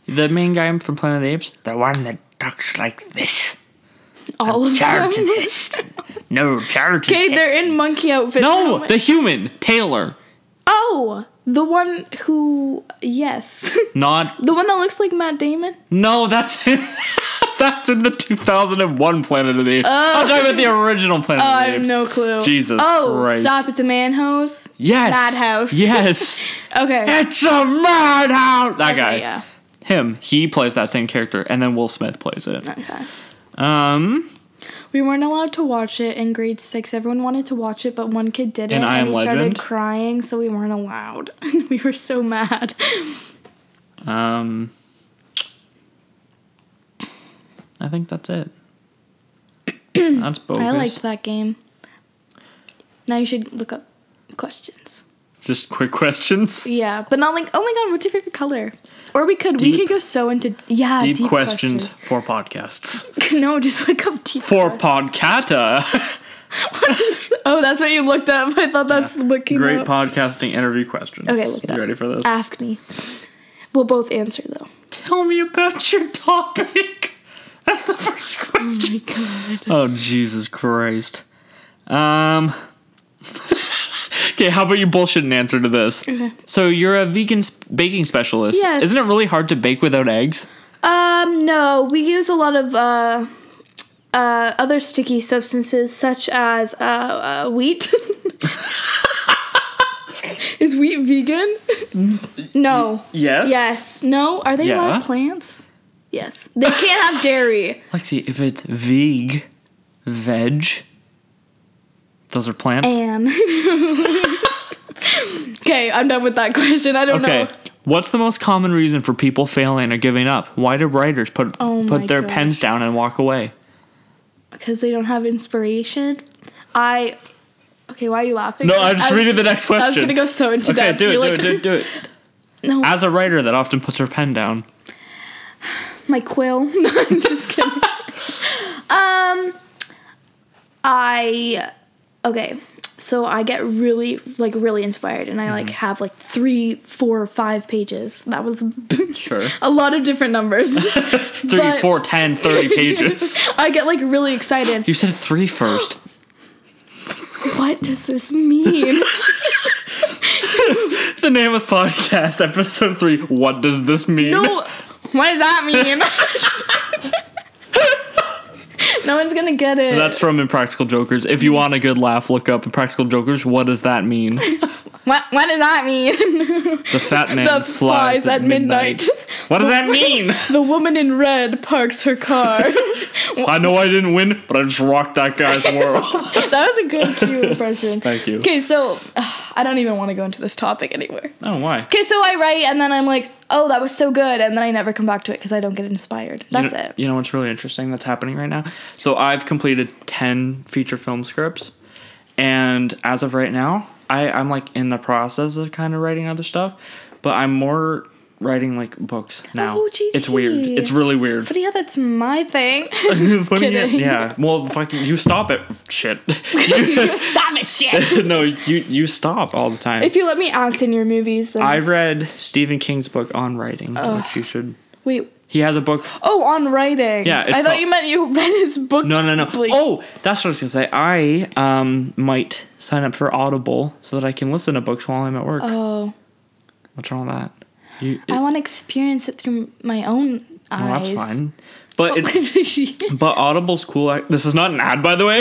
Speaker 1: the main guy from Planet of the Apes? The one that talks like this.
Speaker 2: All of them. *laughs*
Speaker 1: Heston. No, Charlton
Speaker 2: Okay, they're in Oh monkey outfits. How
Speaker 1: No,
Speaker 2: am I-
Speaker 1: the human, Taylor.
Speaker 2: oh, the one who yes, *laughs*
Speaker 1: Not.
Speaker 2: the one that looks like Matt Damon.
Speaker 1: No, that's. *laughs* That's in the 2001 Planet of the Apes. I'm talking about the original Planet
Speaker 2: I
Speaker 1: of the
Speaker 2: have
Speaker 1: Apes.
Speaker 2: Oh. Um, no clue.
Speaker 1: Jesus
Speaker 2: Oh,
Speaker 1: Christ.
Speaker 2: stop! It's a manhouse.
Speaker 1: Yes.
Speaker 2: Madhouse. *laughs*
Speaker 1: Yes.
Speaker 2: Okay.
Speaker 1: it's a madhouse. That
Speaker 2: Okay,
Speaker 1: guy.
Speaker 2: Yeah.
Speaker 1: Him. He plays that same character, and then Will Smith plays it.
Speaker 2: Okay.
Speaker 1: Um,
Speaker 2: We weren't allowed to watch it in grade six. Everyone wanted to watch it, but one kid didn't,
Speaker 1: In I Am
Speaker 2: he
Speaker 1: Legend?
Speaker 2: started crying, so we weren't allowed. *laughs* we were so mad.
Speaker 1: um, I think that's
Speaker 2: *clears throat*
Speaker 1: it. that's bogus.
Speaker 2: I liked that game. Now you should look up questions.
Speaker 1: Just quick *laughs* questions.
Speaker 2: Yeah, but not like, oh my god, what's your favorite color? Or we could we
Speaker 1: Deep-
Speaker 2: could go so into yeah
Speaker 1: Deep, questions, for podcasts.
Speaker 2: questions. *laughs* no, just look up deep.
Speaker 1: For
Speaker 2: questions.
Speaker 1: Podcata.
Speaker 2: oh, that's what you looked up. *laughs* I thought that's looking
Speaker 1: Great
Speaker 2: up.
Speaker 1: podcasting interview questions.
Speaker 2: Okay, look it
Speaker 1: You
Speaker 2: up. Uh,
Speaker 1: ready for this?
Speaker 2: Ask me. We'll both answer though.
Speaker 1: Tell me about your topic. *laughs* That's the first question. Oh, Jesus Christ. Um. *laughs* okay, how about you bullshit an answer to this?
Speaker 2: Okay.
Speaker 1: So you're a vegan sp- baking specialist.
Speaker 2: Yes.
Speaker 1: Isn't it really hard to bake without eggs?
Speaker 2: Um, no, we use a lot of uh, uh, other sticky substances such as uh,
Speaker 1: *laughs*
Speaker 2: uh, wheat. *laughs* Is wheat vegan?
Speaker 1: Mm,
Speaker 2: no.
Speaker 1: Yes.
Speaker 2: Yes. No. Are they
Speaker 1: Yeah.
Speaker 2: allowed plants? Yes. They can't have dairy.
Speaker 1: Lexi, if it's veg, veg, those are plants.
Speaker 2: And. *laughs* okay, I'm done with that question. I don't
Speaker 1: Okay.
Speaker 2: know.
Speaker 1: What's the most common reason for people failing or giving up? Why do writers put
Speaker 2: Oh my
Speaker 1: put their
Speaker 2: gosh.
Speaker 1: pens down and walk away?
Speaker 2: Because they don't have inspiration. I. Okay, why are you laughing?
Speaker 1: No, I'm just
Speaker 2: I was-
Speaker 1: reading the next
Speaker 2: I was
Speaker 1: question.
Speaker 2: gonna go so into
Speaker 1: Okay,
Speaker 2: depth.
Speaker 1: do it, do
Speaker 2: You're
Speaker 1: it,
Speaker 2: like-
Speaker 1: do it, do it.
Speaker 2: *laughs* No.
Speaker 1: As a writer that often puts her pen down.
Speaker 2: my quill. *laughs* No, I'm just kidding. *laughs* um, I okay. So I get really like really inspired, and I like
Speaker 1: Mm-hmm.
Speaker 2: have like three, four, five pages. That was
Speaker 1: Sure.
Speaker 2: a lot of different
Speaker 1: *laughs*
Speaker 2: numbers.
Speaker 1: Three,
Speaker 2: But-
Speaker 1: four, ten,
Speaker 2: *laughs*
Speaker 1: thirty pages.
Speaker 2: I get like really excited.
Speaker 1: You said three first.
Speaker 2: What does this mean?
Speaker 1: *laughs* the name of podcast, episode three. What does this mean?
Speaker 2: no, what does that mean?
Speaker 1: *laughs*
Speaker 2: no one's gonna get it.
Speaker 1: That's from Impractical Jokers. If you want a good laugh, look up Impractical Jokers. What does that mean?
Speaker 2: what? What does that mean?
Speaker 1: The
Speaker 2: *laughs*
Speaker 1: fat man
Speaker 2: The
Speaker 1: flies, at, midnight. What does that
Speaker 2: *laughs*
Speaker 1: mean?
Speaker 2: the woman in red parks her
Speaker 1: *laughs*
Speaker 2: car.
Speaker 1: I know I didn't win, but I just rocked that guy's
Speaker 2: *laughs*
Speaker 1: world.
Speaker 2: that was a good cute impression.
Speaker 1: Thank you.
Speaker 2: Okay, so *sighs* ugh, I don't even want to go into this topic anymore.
Speaker 1: Oh, why?
Speaker 2: Okay, so I write and then I'm like, oh, that was so good, and then I never come back to it because I don't get inspired. That's
Speaker 1: you know,
Speaker 2: it.
Speaker 1: You know what's really interesting that's happening right now? So I've completed 10 feature film scripts. And as of right now, I, I'm like in the process of kind of writing other stuff, but I'm more writing like books now.
Speaker 2: Oh, geez,
Speaker 1: It's weird.
Speaker 2: hey.
Speaker 1: It's really weird. *laughs*
Speaker 2: But yeah, that's my thing. *laughs*
Speaker 1: Just putting it-
Speaker 2: kidding.
Speaker 1: yeah. Well, fucking, you stop it. Shit. *laughs*
Speaker 2: Stop it, shit.
Speaker 1: no, you you stop all the time.
Speaker 2: If you let me act in your movies, then
Speaker 1: I read Stephen King's book on writing, which you should.
Speaker 2: wait.
Speaker 1: He has a book
Speaker 2: Oh, on writing.
Speaker 1: Yeah, it's
Speaker 2: I
Speaker 1: called-
Speaker 2: thought you meant you read his book.
Speaker 1: No, no, no.
Speaker 2: Like-
Speaker 1: Oh, that's what I was gonna say. I um might sign up for Audible so that I can listen to books while I'm at work.
Speaker 2: Oh,
Speaker 1: What's wrong with that? You, it,
Speaker 2: I want to experience it through my own
Speaker 1: well,
Speaker 2: eyes.
Speaker 1: Oh, that's
Speaker 2: *laughs*
Speaker 1: fine. But it,
Speaker 2: this
Speaker 1: but Audible's cool. I, this is not an ad, by the way. *laughs*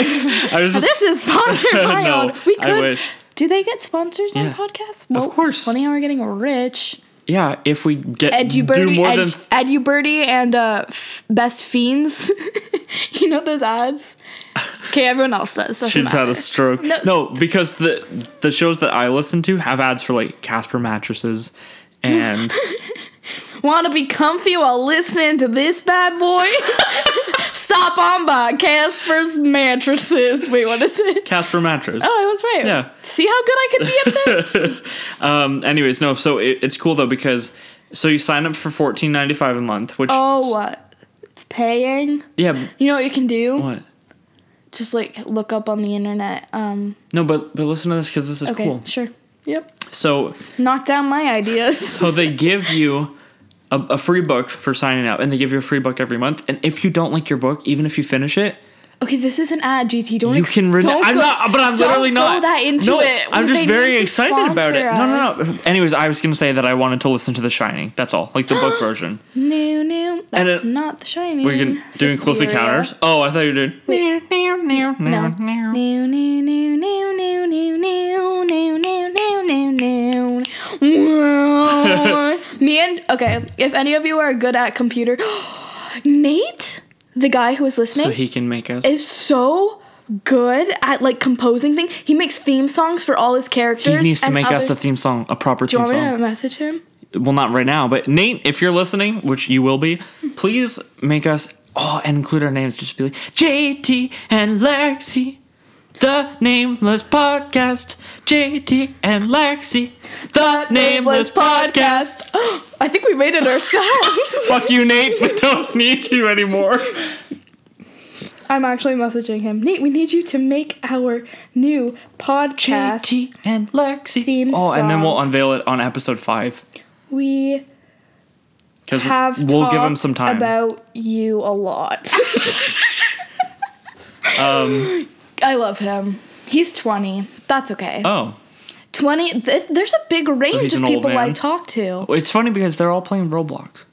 Speaker 1: I was just
Speaker 2: is sponsored by
Speaker 1: *laughs* No,
Speaker 2: own. We
Speaker 1: I
Speaker 2: could.
Speaker 1: wish.
Speaker 2: Do they get sponsors
Speaker 1: Yeah.
Speaker 2: on podcasts? Well,
Speaker 1: course.
Speaker 2: Funny how we're getting rich.
Speaker 1: yeah. If we get do
Speaker 2: Eduberty,
Speaker 1: more than
Speaker 2: Ed, Eduberty, and uh, f- Best Fiends. *laughs* you know
Speaker 1: *laughs*
Speaker 2: those ads. Okay, everyone else does. doesn't
Speaker 1: she's had
Speaker 2: *laughs* matter.
Speaker 1: a stroke. No,
Speaker 2: No,
Speaker 1: because the the shows that I listen to have ads for like Casper mattresses
Speaker 2: *laughs*
Speaker 1: and
Speaker 2: Want to be comfy while listening to this bad *laughs* boy? Stop on by Casper's mattresses. Wait, what is it?
Speaker 1: Casper mattress.
Speaker 2: Oh, I was right.
Speaker 1: Yeah.
Speaker 2: See how good I could be at
Speaker 1: *laughs*
Speaker 2: this.
Speaker 1: Um, anyways, no. So it, it's cool though because so you sign up for fourteen ninety five a month, which
Speaker 2: oh, what? It's paying.
Speaker 1: yeah.
Speaker 2: You know what you can do?
Speaker 1: What?
Speaker 2: just like look up on the internet. Um,
Speaker 1: No, but but listen to this because this is
Speaker 2: okay,
Speaker 1: cool.
Speaker 2: sure. Yep.
Speaker 1: So
Speaker 2: Knock down my ideas.
Speaker 1: *laughs* so they give you a, a free book for signing up, and they give you a free book every month. And if you don't like your book, even if you finish it,
Speaker 2: Okay, this is an ad, GT. Don't
Speaker 1: You
Speaker 2: ex-
Speaker 1: can rene-
Speaker 2: don't
Speaker 1: I'm
Speaker 2: go-
Speaker 1: not, but I'm
Speaker 2: don't
Speaker 1: literally not.
Speaker 2: Go that into
Speaker 1: no,
Speaker 2: it.
Speaker 1: I'm
Speaker 2: They
Speaker 1: just
Speaker 2: need
Speaker 1: very
Speaker 2: to
Speaker 1: excited about it. No, no,
Speaker 2: sponsor us.
Speaker 1: no. Anyways, I was gonna say that I wanted to listen to The Shining. That's all, like the
Speaker 2: *gasps*
Speaker 1: book version.
Speaker 2: No, no.
Speaker 1: And
Speaker 2: That's
Speaker 1: it-
Speaker 2: not the shining.
Speaker 1: We're gonna, doing Close
Speaker 2: Suspiria.
Speaker 1: Encounters. Oh, I thought you were doing.
Speaker 2: No. No, no, no, no, no, no, no, no, no, no, no,
Speaker 1: *laughs*
Speaker 2: no. Me and okay, if any of you are good at computer, *gasps* Nate, the guy who was listening,
Speaker 1: So he can make us.
Speaker 2: is so good at like composing things. He makes theme songs for all his characters.
Speaker 1: He needs to
Speaker 2: and
Speaker 1: make us a
Speaker 2: others-
Speaker 1: theme song, a proper
Speaker 2: Do you
Speaker 1: theme
Speaker 2: want me to
Speaker 1: song.
Speaker 2: message him?
Speaker 1: Well, not right now, but Nate, if you're listening, which you will
Speaker 2: *laughs*
Speaker 1: be, please make us. Oh, and include our names. Just be like JT and Lexi, the Nameless Podcast. JT and Lexi, the Nameless Podcast.
Speaker 2: *gasps* I think we made it ourselves. *laughs*
Speaker 1: Fuck you, Nate. *laughs* We don't need you anymore.
Speaker 2: I'm actually messaging him. Nate, we need you to make our new podcast.
Speaker 1: JT and Lexi.
Speaker 2: Theme
Speaker 1: oh, and then
Speaker 2: song.
Speaker 1: we'll unveil it on episode five
Speaker 2: We
Speaker 1: because
Speaker 2: have
Speaker 1: Mhm. we'll give him
Speaker 2: talked
Speaker 1: some time.
Speaker 2: about you a lot.
Speaker 1: *laughs* um.
Speaker 2: I love him. He's 20. That's okay.
Speaker 1: Oh.
Speaker 2: 20. Th- there's a big range
Speaker 1: he's
Speaker 2: of
Speaker 1: an old
Speaker 2: people I
Speaker 1: man.
Speaker 2: talk to.
Speaker 1: It's funny because they're all playing Roblox.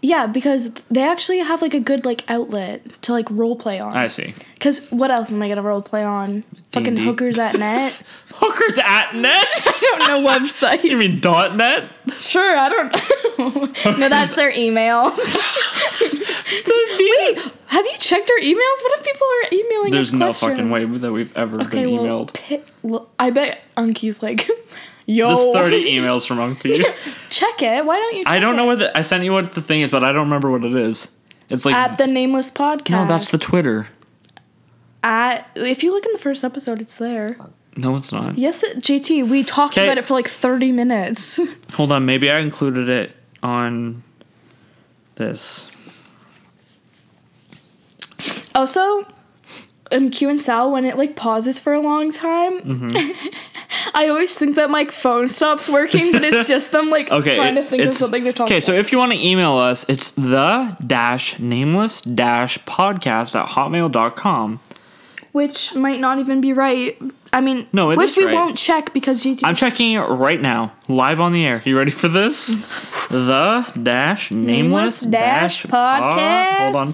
Speaker 2: Yeah, because they actually have like a good like outlet to like role play on.
Speaker 1: I see.
Speaker 2: Cause what else am I gonna role play on? Fucking
Speaker 1: D&D.
Speaker 2: hookers
Speaker 1: *laughs*
Speaker 2: at net.
Speaker 1: Hookers at net?
Speaker 2: I don't know website.
Speaker 1: You mean dot net?
Speaker 2: *laughs*
Speaker 1: *laughs*
Speaker 2: Sure, I don't know. no, that's their
Speaker 1: *laughs*
Speaker 2: email. Wait, have you checked our emails? What if people are emailing us
Speaker 1: There's no
Speaker 2: questions?
Speaker 1: fucking way that we've ever
Speaker 2: Okay,
Speaker 1: been
Speaker 2: well,
Speaker 1: emailed.
Speaker 2: pi- well, I bet Unky's like, *laughs* yo,
Speaker 1: There's 30 emails from Uncle.
Speaker 2: *laughs* check it. Why don't you? Check
Speaker 1: I don't know
Speaker 2: it?
Speaker 1: what the, I sent you what the thing is, but I don't remember what it is. It's like
Speaker 2: At the nameless podcast.
Speaker 1: no, that's the Twitter.
Speaker 2: at. If you look in the first episode, it's there.
Speaker 1: No, it's not.
Speaker 2: Yes, it, JT. We talked
Speaker 1: 'Kay.
Speaker 2: about it for like thirty minutes. *laughs*
Speaker 1: Hold on, maybe I included it on this.
Speaker 2: Also, in Q and Sal, when it like pauses for a long time,
Speaker 1: Mm-hmm.
Speaker 2: *laughs* I always think that my phone stops working, but it's just them like
Speaker 1: *laughs* Okay,
Speaker 2: trying to
Speaker 1: it-
Speaker 2: think of
Speaker 1: it's-
Speaker 2: something to talk
Speaker 1: Okay,
Speaker 2: about.
Speaker 1: so if you want to email us, it's the dash nameless dash podcast at hotmail.com.
Speaker 2: which might not even be right. I mean,
Speaker 1: No, it
Speaker 2: which
Speaker 1: is
Speaker 2: we
Speaker 1: right.
Speaker 2: won't check because GT.
Speaker 1: I'm checking it right now, live on the air. You ready for this? The dash nameless dash
Speaker 2: dash
Speaker 1: pod- Hold on,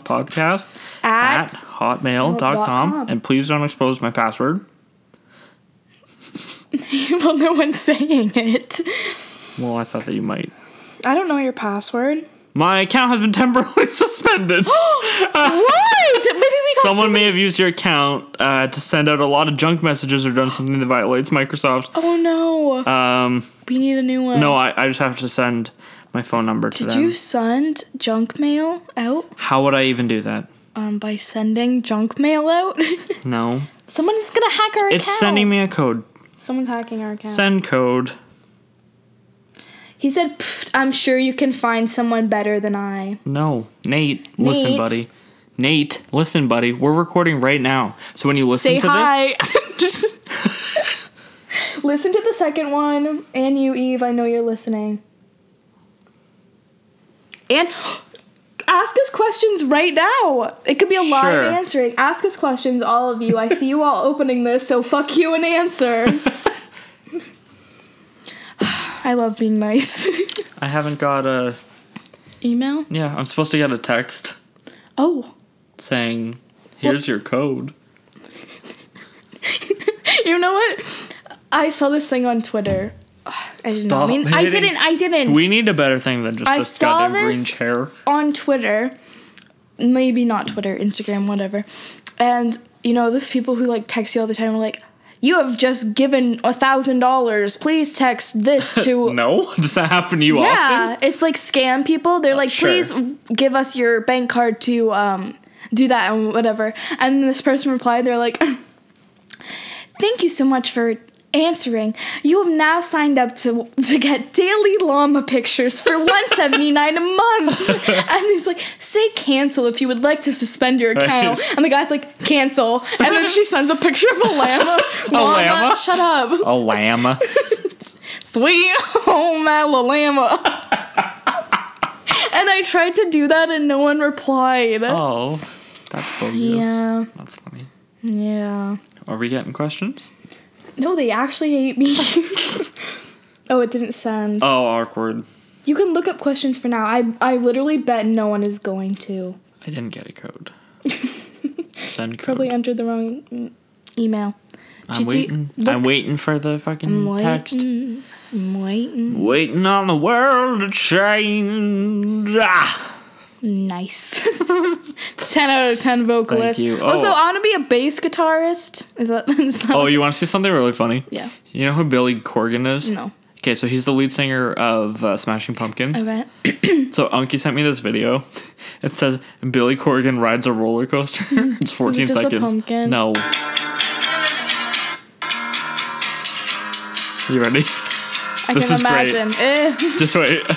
Speaker 1: podcast
Speaker 2: podcast
Speaker 1: at,
Speaker 2: at
Speaker 1: hotmail.com.
Speaker 2: hotmail.com.
Speaker 1: And please don't expose my password.
Speaker 2: well, no one's saying it.
Speaker 1: Well, I thought that you might.
Speaker 2: I don't know your password.
Speaker 1: My account has been *laughs* temporarily
Speaker 2: *gasps*
Speaker 1: suspended.
Speaker 2: *laughs* what? Maybe we got
Speaker 1: Someone may have used your account uh, to send out a lot of junk messages or done something that violates
Speaker 2: *gasps*
Speaker 1: Microsoft.
Speaker 2: Oh no!
Speaker 1: Um,
Speaker 2: we need a new one.
Speaker 1: no, I, I just have to send my phone number to
Speaker 2: Did
Speaker 1: them.
Speaker 2: you send junk mail out
Speaker 1: How would I even do that?
Speaker 2: um, by sending junk mail out? *laughs*
Speaker 1: No.
Speaker 2: Someone is gonna hack our
Speaker 1: It's
Speaker 2: account.
Speaker 1: sending me a code.
Speaker 2: Someone's hacking our account.
Speaker 1: Send code.
Speaker 2: he said, "Pfft, "I'm sure you can find someone better than I."
Speaker 1: No, Nate, listen,
Speaker 2: Nate.
Speaker 1: buddy. Nate, listen, buddy. We're recording right now. So when you listen
Speaker 2: Say
Speaker 1: to
Speaker 2: hi. *laughs* Listen to the second one, and you, Eve. I know you're listening. And *gasps* ask us questions right now. It could be a
Speaker 1: Sure.
Speaker 2: live answering. Ask us questions, all of you. I see
Speaker 1: *laughs*
Speaker 2: you all opening this, so fuck you and answer. *sighs* I love being nice. *laughs*
Speaker 1: this, I haven't got a.
Speaker 2: Email?
Speaker 1: Yeah, I'm supposed to get a text
Speaker 2: Oh.
Speaker 1: saying, "Here's your code."
Speaker 2: You know what? I saw this thing on Twitter. *sighs* Ugh, I did
Speaker 1: Stop
Speaker 2: not mean I
Speaker 1: hitting-
Speaker 2: didn't I didn't
Speaker 1: We need a better thing than just
Speaker 2: I
Speaker 1: this
Speaker 2: saw
Speaker 1: goddamn green
Speaker 2: this-
Speaker 1: chair.
Speaker 2: on Twitter, maybe not Twitter, Instagram, whatever. And you know, those people who like text you all the time are like, "You have just given a thousand dollars. Please text this to."
Speaker 1: No, *laughs* does that happen to you often?
Speaker 2: Oh.
Speaker 1: Oh,
Speaker 2: yeah, it's like scam people. They're like,
Speaker 1: sure.
Speaker 2: "Please give us your bank card to um, do that and whatever." And this person replied, "They're like." *laughs* Thank you so much for answering. You have now signed up to to get daily llama pictures for 179
Speaker 1: *laughs*
Speaker 2: a month. And he's like, "Say cancel if you would like to suspend your account."
Speaker 1: Right.
Speaker 2: And the guy's like, "Cancel." And then she sends a picture of a
Speaker 1: *laughs*
Speaker 2: llama. llama,
Speaker 1: llama?
Speaker 2: shut up.
Speaker 1: A
Speaker 2: *laughs*
Speaker 1: llama.
Speaker 2: Sweet home Alabama. And I tried to do that and no one replied.
Speaker 1: oh, That's bogus.
Speaker 2: Yeah.
Speaker 1: That's funny.
Speaker 2: Yeah.
Speaker 1: Are we getting questions?
Speaker 2: No, they actually hate me. *laughs* oh, it didn't send.
Speaker 1: Oh, awkward.
Speaker 2: You can look up questions for now. I I literally bet no one is going to.
Speaker 1: I didn't get a
Speaker 2: *laughs*
Speaker 1: code. Send code.
Speaker 2: Probably entered the wrong mm, email.
Speaker 1: I'm
Speaker 2: GT
Speaker 1: waiting. I'm waiting for the fucking Mm, text.
Speaker 2: I'm waiting.
Speaker 1: Waiting on the world to change. Ah.
Speaker 2: Nice. *laughs* 10 out of 10 vocalist.
Speaker 1: you.
Speaker 2: Also,
Speaker 1: Oh.
Speaker 2: I want to be a bass guitarist. Is that. *laughs* Is that
Speaker 1: Oh, you want to see something really funny?
Speaker 2: Yeah.
Speaker 1: You know who Billy Corgan is?
Speaker 2: No.
Speaker 1: Okay, so he's the lead singer of uh, Smashing Pumpkins. *laughs*
Speaker 2: Okay.
Speaker 1: So Unky sent me this video. It says Billy Corgan rides a roller
Speaker 2: *laughs*
Speaker 1: coaster. it's 14
Speaker 2: just a
Speaker 1: seconds.
Speaker 2: pumpkin?
Speaker 1: No. You ready?
Speaker 2: I
Speaker 1: This
Speaker 2: can
Speaker 1: is great.
Speaker 2: imagine. Eh.
Speaker 1: Just wait. *laughs*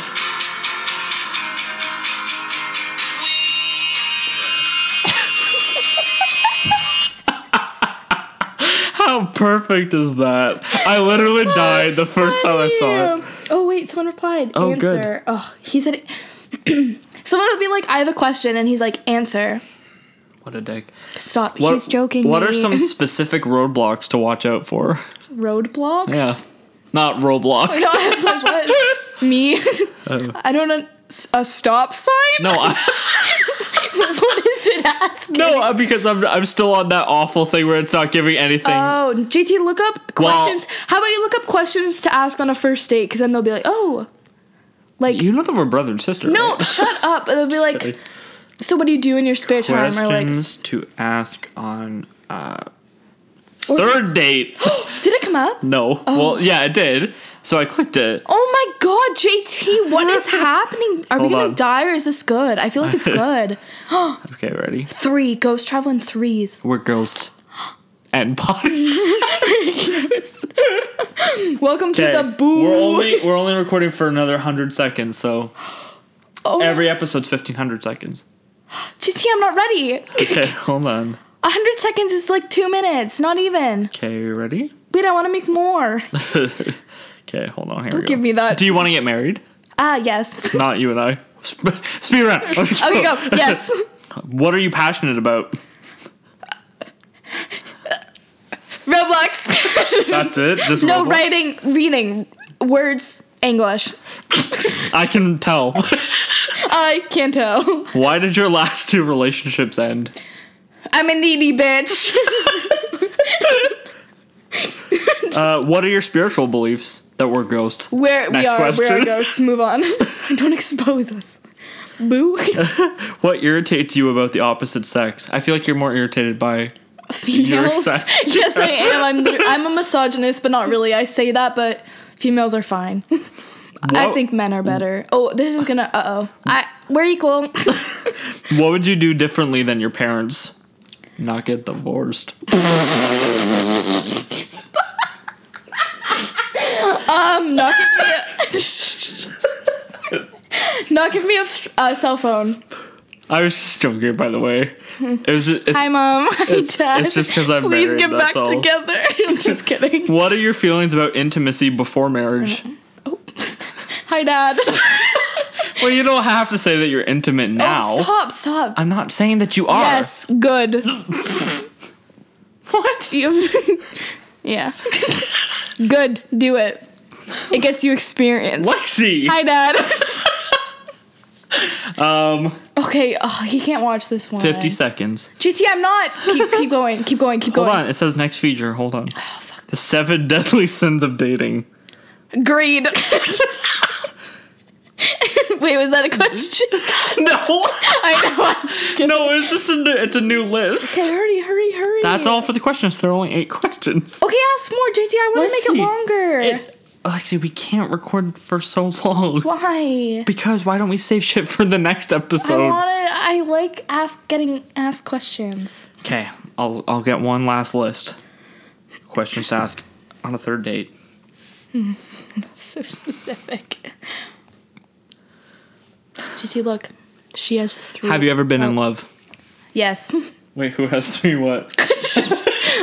Speaker 1: How perfect is that? I literally died the first time I saw it.
Speaker 2: Damn. Oh, wait. Someone replied.
Speaker 1: Oh, good.
Speaker 2: answer. Oh, he said. *clears throat* someone would be like, I have a question. And he's like, answer.
Speaker 1: What a dick.
Speaker 2: Stop.
Speaker 1: What,
Speaker 2: he's joking.
Speaker 1: What are
Speaker 2: me.
Speaker 1: some specific roadblocks to watch out for?
Speaker 2: *laughs* roadblocks?
Speaker 1: *laughs* Yeah. Not Roblox.
Speaker 2: No, *laughs* I was like, what? me? I don't know. A stop sign?
Speaker 1: *laughs* Uh, No, I,
Speaker 2: *laughs* what is it
Speaker 1: *laughs*
Speaker 2: asking?
Speaker 1: no, I- because I'm I'm still on that awful thing where it's not giving anything.
Speaker 2: Oh, JT, look up
Speaker 1: Well-
Speaker 2: questions. How about you look up questions to ask on a first date? Because then they'll be like, oh, like
Speaker 1: you know that we're brother and sister.
Speaker 2: no,
Speaker 1: right?
Speaker 2: shut
Speaker 1: *laughs*
Speaker 2: up. It'll be like,
Speaker 1: Okay.
Speaker 2: so what do you do in your spare time? Or like,
Speaker 1: questions to ask on uh,
Speaker 2: Or just- Oh.
Speaker 1: third
Speaker 2: *gasps*
Speaker 1: date.
Speaker 2: did it come up?
Speaker 1: No. Well, yeah, it did. So I clicked it.
Speaker 2: Oh my God, JT, *laughs* what is happening? Are we
Speaker 1: Hold
Speaker 2: gonna
Speaker 1: on.
Speaker 2: die or is this good? I feel
Speaker 1: *laughs*
Speaker 2: like it's good.
Speaker 1: Okay, ready?
Speaker 2: Three ghost travel in threes.
Speaker 1: We're ghosts and *laughs* bodies.
Speaker 2: Welcome to *laughs* the boo.
Speaker 1: We're only we're only recording for another hundred seconds, so
Speaker 2: *laughs* oh,
Speaker 1: every episode's fifteen hundred seconds.
Speaker 2: JT, I'm not ready.
Speaker 1: Okay, *laughs* hold on.
Speaker 2: hundred seconds is like two minutes, not even.
Speaker 1: Okay, you ready?
Speaker 2: Wait, I want to make more.
Speaker 1: okay, hold on. Here we go.
Speaker 2: give me that.
Speaker 1: Do you want to get married? *laughs*
Speaker 2: Ah, yes.
Speaker 1: Not you and I. Sp- Speed round. *laughs*
Speaker 2: Okay, go. Yes.
Speaker 1: What are you passionate about?
Speaker 2: Roblox. *laughs*
Speaker 1: That's it. Just
Speaker 2: No
Speaker 1: Roblox?
Speaker 2: writing, reading, words, English.
Speaker 1: I can tell. *laughs*
Speaker 2: I can't tell.
Speaker 1: Why did your last two relationships end?
Speaker 2: *laughs* I'm a needy bitch. *laughs*
Speaker 1: Uh, what are your spiritual beliefs that we're ghosts?
Speaker 2: Where we
Speaker 1: Next
Speaker 2: are, we are
Speaker 1: question.
Speaker 2: ghosts. Move on. *laughs* Don't expose us. Boo. *laughs*
Speaker 1: What irritates you about the opposite sex? I feel like you're more irritated by.
Speaker 2: Females. *laughs*
Speaker 1: sexist.
Speaker 2: Yes, I am. I'm, lit- I'm a misogynist, but not really. I say that, but females are fine. I
Speaker 1: What-
Speaker 2: think men are better. Oh, this is gonna. Uh oh. I we're equal. *laughs*
Speaker 1: What would you do differently than your parents? Not get divorced.
Speaker 2: Um, not give me a. *laughs* not give me a f- a cell phone.
Speaker 1: I was just joking, by the way. It was.
Speaker 2: *laughs*
Speaker 1: Just, it's,
Speaker 2: Hi, mom. Hi, dad.
Speaker 1: it's just 'cause I'm
Speaker 2: Please
Speaker 1: married,
Speaker 2: get
Speaker 1: that's
Speaker 2: back
Speaker 1: all.
Speaker 2: together. *laughs* I'm just kidding.
Speaker 1: what are your feelings about intimacy before
Speaker 2: *laughs*
Speaker 1: marriage?
Speaker 2: Oh. Hi, dad. *laughs*
Speaker 1: Well, you don't have to say that you're intimate now.
Speaker 2: Oh, Stop, stop.
Speaker 1: I'm not saying that you are.
Speaker 2: yes, good.
Speaker 1: What?
Speaker 2: *laughs* You- yeah. good. Do it. It gets you experience.
Speaker 1: Lexi.
Speaker 2: Hi, dad. *laughs*
Speaker 1: Um,
Speaker 2: okay, oh, he can't watch this one.
Speaker 1: 50 seconds.
Speaker 2: GT, I'm not. Keep, keep going. Keep going. Keep
Speaker 1: Hold
Speaker 2: going.
Speaker 1: on. It says next feature. Hold on.
Speaker 2: Oh,
Speaker 1: The seven *laughs* deadly sins of dating.
Speaker 2: Greed. *laughs* Wait, was that a
Speaker 1: *laughs*
Speaker 2: question?
Speaker 1: No.
Speaker 2: I know. I'm just kidding.
Speaker 1: No, it's just a new, it's a new list.
Speaker 2: Okay, hurry, hurry, hurry.
Speaker 1: That's all for the questions. There are only eight questions.
Speaker 2: Okay, ask more, JT. I want to make
Speaker 1: Lexi,
Speaker 2: it longer.
Speaker 1: Alexi, we can't record for so long.
Speaker 2: Why?
Speaker 1: Because why don't we save shit for the next
Speaker 2: I
Speaker 1: episode?
Speaker 2: want to. I like ask getting asked questions.
Speaker 1: Okay, I'll I'll get one last list. Questions to ask on a third date.
Speaker 2: So *laughs* specific. JT, look. She has three.
Speaker 1: Have you ever been in love?
Speaker 2: Yes. *laughs*
Speaker 1: Wait, who has to be what?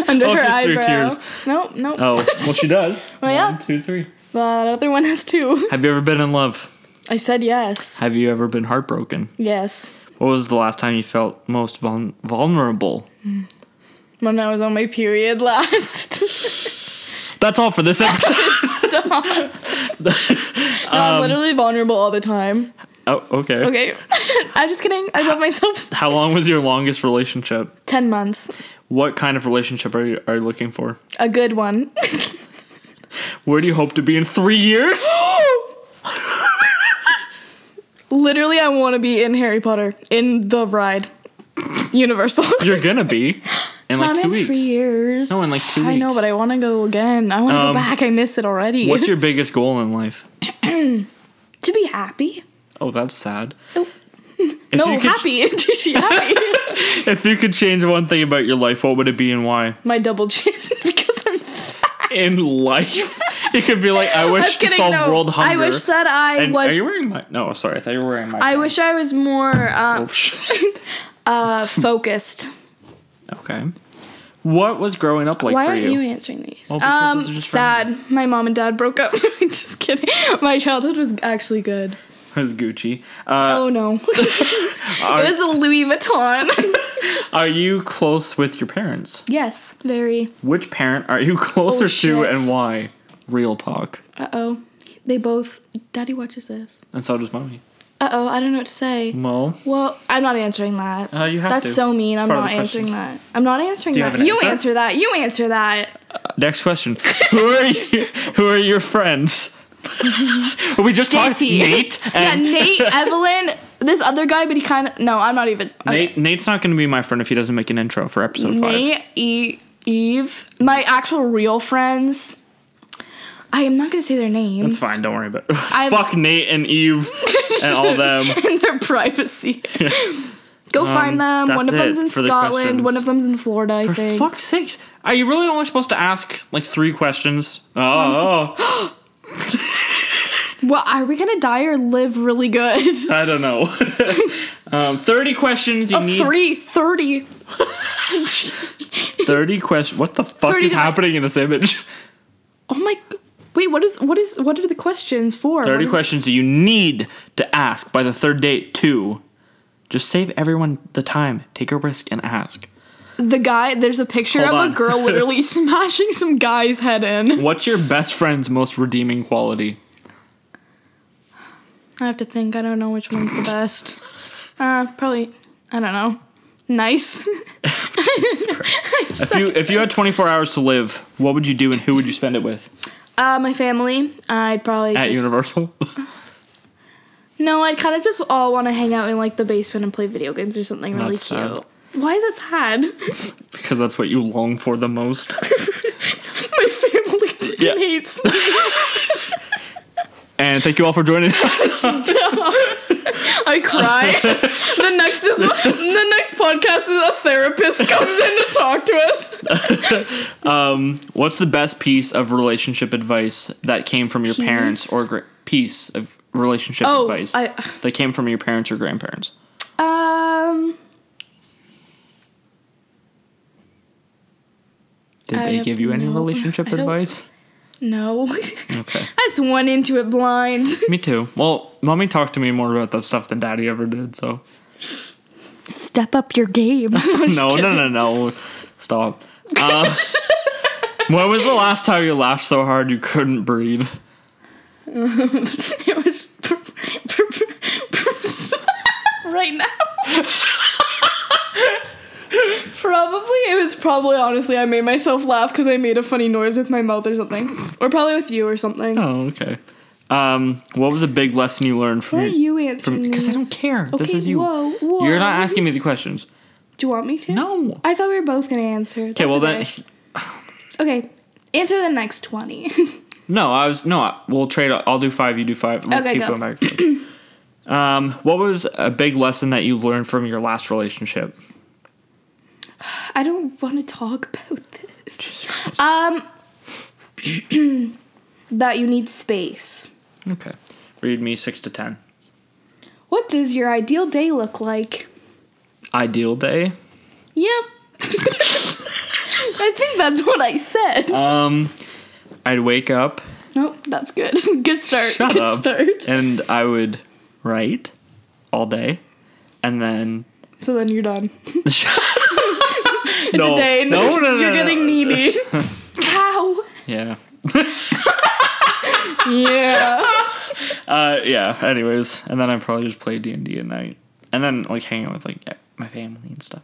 Speaker 2: Under
Speaker 1: Oh,
Speaker 2: her
Speaker 1: just through
Speaker 2: eyebrow.
Speaker 1: tears.
Speaker 2: Nope, nope.
Speaker 1: Oh, *laughs* well she does.
Speaker 2: Well, yeah.
Speaker 1: One, two, three.
Speaker 2: But other one has two.
Speaker 1: Have you ever been in love?
Speaker 2: I said yes.
Speaker 1: Have you ever been heartbroken?
Speaker 2: Yes.
Speaker 1: What was the last time you felt most vul- vulnerable?
Speaker 2: When I was on my period last. *laughs*
Speaker 1: That's all for this episode.
Speaker 2: Stop.
Speaker 1: *laughs*
Speaker 2: no,
Speaker 1: um,
Speaker 2: I'm literally vulnerable all the time.
Speaker 1: oh, okay.
Speaker 2: Okay. *laughs* I'm just kidding. I love myself.
Speaker 1: How long was your longest relationship?
Speaker 2: 10 months.
Speaker 1: What kind of relationship are you, are you looking for?
Speaker 2: A good one. *laughs*
Speaker 1: Where do you hope to be in three years?
Speaker 2: *gasps* literally, I want to be in Harry Potter, in the ride. Universal.
Speaker 1: You're gonna be in like
Speaker 2: Not
Speaker 1: two
Speaker 2: in
Speaker 1: weeks.
Speaker 2: three years.
Speaker 1: No, in like two
Speaker 2: I know,
Speaker 1: weeks. Um,
Speaker 2: but I want to go again. I want to go back. I miss it already.
Speaker 1: What's your biggest goal in life?
Speaker 2: to be happy?
Speaker 1: Oh, that's sad.
Speaker 2: Oh.
Speaker 1: If
Speaker 2: no,
Speaker 1: you could-
Speaker 2: happy. *laughs* to
Speaker 1: *laughs*
Speaker 2: be happy.
Speaker 1: If you could change one thing about your life, what would it be and why?
Speaker 2: My double chin *laughs* because I'm.
Speaker 1: In life, it could be like I
Speaker 2: I'm
Speaker 1: wish to
Speaker 2: kidding,
Speaker 1: solve
Speaker 2: no.
Speaker 1: world hunger.
Speaker 2: I wish that I
Speaker 1: And
Speaker 2: was.
Speaker 1: are you wearing my? No, sorry, I thought you were wearing my.
Speaker 2: I wish I was more
Speaker 1: Oh,
Speaker 2: uh, *laughs* uh, focused.
Speaker 1: okay. What was growing up like
Speaker 2: Why
Speaker 1: for
Speaker 2: aren't
Speaker 1: you? *laughs*
Speaker 2: you answering these?
Speaker 1: Well, because
Speaker 2: um,
Speaker 1: this is just
Speaker 2: sad. My mom and dad broke up. *laughs* I'm just kidding. My childhood was actually good.
Speaker 1: It was Gucci. Uh,
Speaker 2: Oh no, *laughs*
Speaker 1: *laughs*
Speaker 2: it
Speaker 1: are,
Speaker 2: was a
Speaker 1: *laughs*
Speaker 2: Louis Vuitton.
Speaker 1: are you close with your parents?
Speaker 2: yes, very.
Speaker 1: Which parent are you *laughs* closer to,
Speaker 2: shit.
Speaker 1: and why? Real talk.
Speaker 2: Uh oh, they both. Daddy watches this.
Speaker 1: And so does mommy.
Speaker 2: Uh oh, I don't know what to say.
Speaker 1: Well,
Speaker 2: Well, I'm not answering that.
Speaker 1: Mm. Uh, you have
Speaker 2: That's
Speaker 1: to.
Speaker 2: so mean.
Speaker 1: It's
Speaker 2: I'm
Speaker 1: part of
Speaker 2: not
Speaker 1: the
Speaker 2: answering that. I'm not answering
Speaker 1: Do you
Speaker 2: that.
Speaker 1: have an
Speaker 2: you
Speaker 1: answer?
Speaker 2: answer that. You answer that.
Speaker 1: Uh, next question. *laughs* who are you, who are your friends? *laughs* we just talked
Speaker 2: JT.
Speaker 1: Nate
Speaker 2: *laughs* Yeah,
Speaker 1: and *laughs*
Speaker 2: Nate, Evelyn, this other guy, but he kind of. No, I'm not even. okay.
Speaker 1: Nate, Nate's not going to be my friend if he doesn't make an intro for episode five.
Speaker 2: Nate, E- Eve, my actual real friends. I am not gonna say their names.
Speaker 1: It's
Speaker 2: *laughs*
Speaker 1: fine, don't worry about it. *laughs*
Speaker 2: I've-
Speaker 1: Fuck Nate and
Speaker 2: *laughs*
Speaker 1: Eve and all them.
Speaker 2: and their
Speaker 1: *laughs*
Speaker 2: privacy. Go find them. One
Speaker 1: Um, that's
Speaker 2: of them's
Speaker 1: it
Speaker 2: in
Speaker 1: for the
Speaker 2: Scotland. One
Speaker 1: questions.
Speaker 2: of them's in Florida. I
Speaker 1: For
Speaker 2: think.
Speaker 1: fuck's sakes, are you really only supposed to ask like three questions? Oh, oh,
Speaker 2: Well, are we gonna die or live really good?
Speaker 1: I don't know. *laughs* um, Thirty questions you need.
Speaker 2: Oh, Three thirty. *laughs*
Speaker 1: Thirty questions. What the fuck
Speaker 2: 30
Speaker 1: is
Speaker 2: to-
Speaker 1: happening in this image?
Speaker 2: Oh my. g- Wait, what is what is what are the questions for?
Speaker 1: Thirty
Speaker 2: What
Speaker 1: questions that you need to ask by the third date too. Just save everyone the time. Take a risk and ask.
Speaker 2: is- The guy. There's a picture
Speaker 1: Hold
Speaker 2: of
Speaker 1: on.
Speaker 2: a girl
Speaker 1: *laughs*
Speaker 2: literally *laughs* smashing some guy's head in.
Speaker 1: What's your best friend's most redeeming quality?
Speaker 2: I have to think. I don't know which one's the best. Uh, probably. I don't know. Nice. *laughs*
Speaker 1: If you if you had 24 hours to live, what would you do and who would you spend it with?
Speaker 2: Uh, my family. I'd probably
Speaker 1: At
Speaker 2: just,
Speaker 1: Universal? *laughs*
Speaker 2: No, I'd kind of just all want to hang out in like the basement and play video games or something really
Speaker 1: That's sad.
Speaker 2: cute. Why is that sad? *laughs*
Speaker 1: because that's what you long for the most.
Speaker 2: my family fucking
Speaker 1: Yeah.
Speaker 2: hates *laughs* me.
Speaker 1: And thank you all for joining us. *laughs*
Speaker 2: I cry. the next is the next podcast is a therapist comes in to talk to us.
Speaker 1: What's the best piece of relationship advice that came from your parents
Speaker 2: Piece?
Speaker 1: or gra- piece of relationship
Speaker 2: Oh,
Speaker 1: advice
Speaker 2: I-
Speaker 1: that came from your parents or grandparents?
Speaker 2: Um,
Speaker 1: Did
Speaker 2: I
Speaker 1: they
Speaker 2: have
Speaker 1: give you any
Speaker 2: no-
Speaker 1: relationship
Speaker 2: I don't-
Speaker 1: advice?
Speaker 2: no, *laughs*
Speaker 1: Okay.
Speaker 2: I just went into it blind.
Speaker 1: Me too. Well, mommy talked to me more about that stuff than daddy ever did,
Speaker 2: *laughs*
Speaker 1: so.
Speaker 2: Step up your *laughs* game.
Speaker 1: No, no, no, no. Stop. Uh, *laughs* when was the last time you laughed so hard you couldn't breathe? *laughs*
Speaker 2: *laughs* It was pr- pr- pr- pr- *laughs* right now. *laughs* probably it was probably honestly I made myself laugh because I made a funny noise with my mouth or something, or probably with you or something.
Speaker 1: Oh, okay. Um, what was a big lesson you learned from
Speaker 2: Why are
Speaker 1: your-
Speaker 2: you answering?
Speaker 1: from because I
Speaker 2: these?
Speaker 1: don't care. this
Speaker 2: Okay,
Speaker 1: is you.
Speaker 2: Whoa, whoa.
Speaker 1: You're not asking me the questions.
Speaker 2: Do you want me to?
Speaker 1: No.
Speaker 2: I thought we were both gonna answer.
Speaker 1: Okay, well then
Speaker 2: then. Okay, answer the next twenty. *laughs*
Speaker 1: No, I was no, I- we'll trade I'll do 5, you do 5. We'll
Speaker 2: Okay,
Speaker 1: keep
Speaker 2: go.
Speaker 1: going back. and forth. *clears throat* um, what was a big lesson that you've learned from your last relationship?
Speaker 2: I don't want to talk about this. Um, *clears throat* that you need space.
Speaker 1: Okay. Read me 6 to 10.
Speaker 2: What does your ideal day look like?
Speaker 1: Ideal day?
Speaker 2: Yep. *laughs* I think that's what I said.
Speaker 1: Um I'd wake up
Speaker 2: nope, that's good. *laughs* good start.
Speaker 1: Shut
Speaker 2: good
Speaker 1: up.
Speaker 2: start.
Speaker 1: and I would write all day and then *laughs*
Speaker 2: So then you're done.
Speaker 1: it's Oh,
Speaker 2: It's a day. *laughs* No, you're getting
Speaker 1: *laughs*
Speaker 2: needy. Ow.
Speaker 1: Yeah.
Speaker 2: Yeah.
Speaker 1: Uh, yeah. Anyways, and then I probably just play D and D at night, and then like hang out with like yeah, my family and
Speaker 2: *laughs*
Speaker 1: stuff.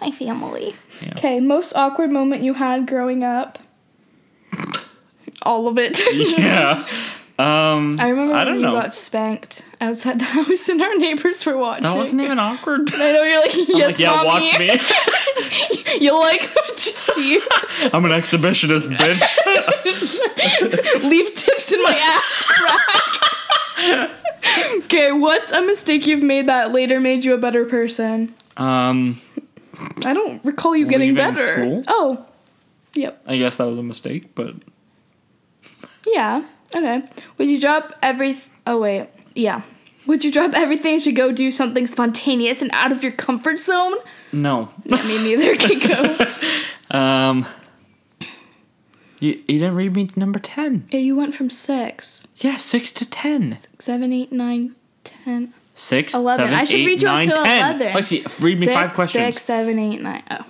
Speaker 2: My family.
Speaker 1: Yeah.
Speaker 2: Okay, most awkward moment you had growing up. All of it.
Speaker 1: *laughs* yeah. Um,
Speaker 2: I remember
Speaker 1: I
Speaker 2: when
Speaker 1: don't
Speaker 2: you
Speaker 1: know.
Speaker 2: got spanked outside the *laughs* house and our neighbors were watching.
Speaker 1: that wasn't even awkward. *laughs* I'm
Speaker 2: I know you're like, yes,
Speaker 1: like, yeah,
Speaker 2: mommy.
Speaker 1: watch me. *laughs*
Speaker 2: *laughs* You like what you see.
Speaker 1: *laughs* I'm an exhibitionist,
Speaker 2: *laughs*
Speaker 1: bitch.
Speaker 2: Leave tips in my ass
Speaker 1: *laughs*
Speaker 2: crack. okay, what's a mistake you've made that later made you a better person?
Speaker 1: um,
Speaker 2: I don't recall you getting
Speaker 1: Leaving
Speaker 2: better.
Speaker 1: school?
Speaker 2: Oh, yep.
Speaker 1: I guess that was a mistake, but
Speaker 2: Yeah. Okay. Would you drop every? Oh wait. Yeah. Would you drop everything to go do something spontaneous and out of your comfort zone?
Speaker 1: no.
Speaker 2: Yeah, me
Speaker 1: *laughs*
Speaker 2: neither, Kiko.
Speaker 1: Um, you you didn't read me number ten.
Speaker 2: yeah, you went from six,
Speaker 1: Yeah, six to ten.
Speaker 2: seven, eight, nine, ten.
Speaker 1: Six,
Speaker 2: 11.
Speaker 1: seven,
Speaker 2: I should
Speaker 1: eight,
Speaker 2: read you up
Speaker 1: nine,
Speaker 2: to
Speaker 1: 10.
Speaker 2: 11.
Speaker 1: Lexi, read me
Speaker 2: Six,
Speaker 1: five questions.
Speaker 2: Six, seven, eight, nine. Oh.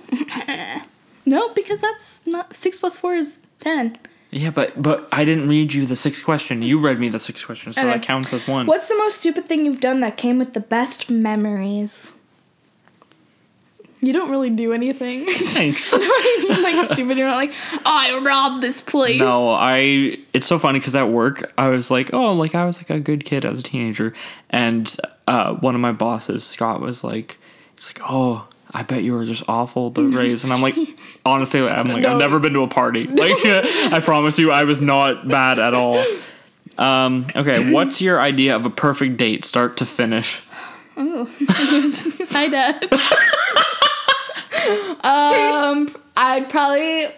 Speaker 2: *laughs* no, because that's not six plus four is ten.
Speaker 1: Yeah, but but I didn't read you the sixth question. You read me the sixth question, so
Speaker 2: Okay.
Speaker 1: that counts as one.
Speaker 2: What's the most stupid thing you've done that came with the best memories? You don't really do anything. *laughs*
Speaker 1: Thanks.
Speaker 2: know what I mean? Like stupid. You're not like, oh, I robbed this place.
Speaker 1: No, I. It's so funny because at work I was like, oh, like I was like a good kid as a teenager, and uh, one of my bosses, Scott, was like, he's like, oh, I bet you were just awful
Speaker 2: *laughs*
Speaker 1: to raise, and I'm like, honestly, I'm like,
Speaker 2: No.
Speaker 1: I've never been to a
Speaker 2: *laughs*
Speaker 1: party. Like, I promise you, I was not bad at all. Um,
Speaker 2: *laughs*
Speaker 1: okay, what's your idea of a perfect date, start to finish?
Speaker 2: Hi, Dad. um, I'd probably,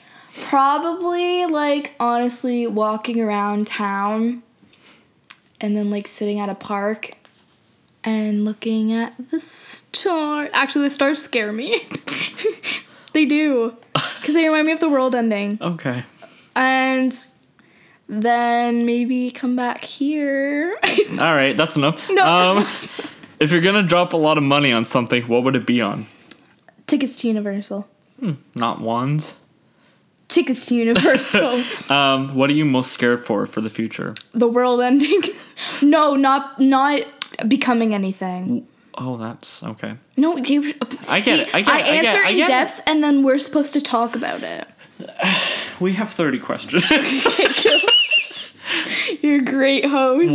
Speaker 2: *clears throat* probably like honestly walking around town, and then like sitting at a park, and looking at the stars. Actually, the stars scare me. *laughs* they do, because they remind me of the world ending.
Speaker 1: Okay.
Speaker 2: And then maybe come back here. *laughs*
Speaker 1: All right, that's enough.
Speaker 2: No.
Speaker 1: Um, if you're gonna drop a lot of money on something, what would it be on?
Speaker 2: Tickets to Universal.
Speaker 1: Not wands.
Speaker 2: Tickets
Speaker 1: *laughs*
Speaker 2: to Universal.
Speaker 1: Um, what are you most scared for for the future?
Speaker 2: the world ending. no, not not becoming anything.
Speaker 1: Oh, that's okay.
Speaker 2: No, you. uh,
Speaker 1: I get it, I get it, I get it,
Speaker 2: answer
Speaker 1: I
Speaker 2: in
Speaker 1: get it.
Speaker 2: depth, and then we're supposed to talk
Speaker 1: *laughs*
Speaker 2: about it. *laughs*
Speaker 1: We have 30 questions.
Speaker 2: Okay, good. You're a great host.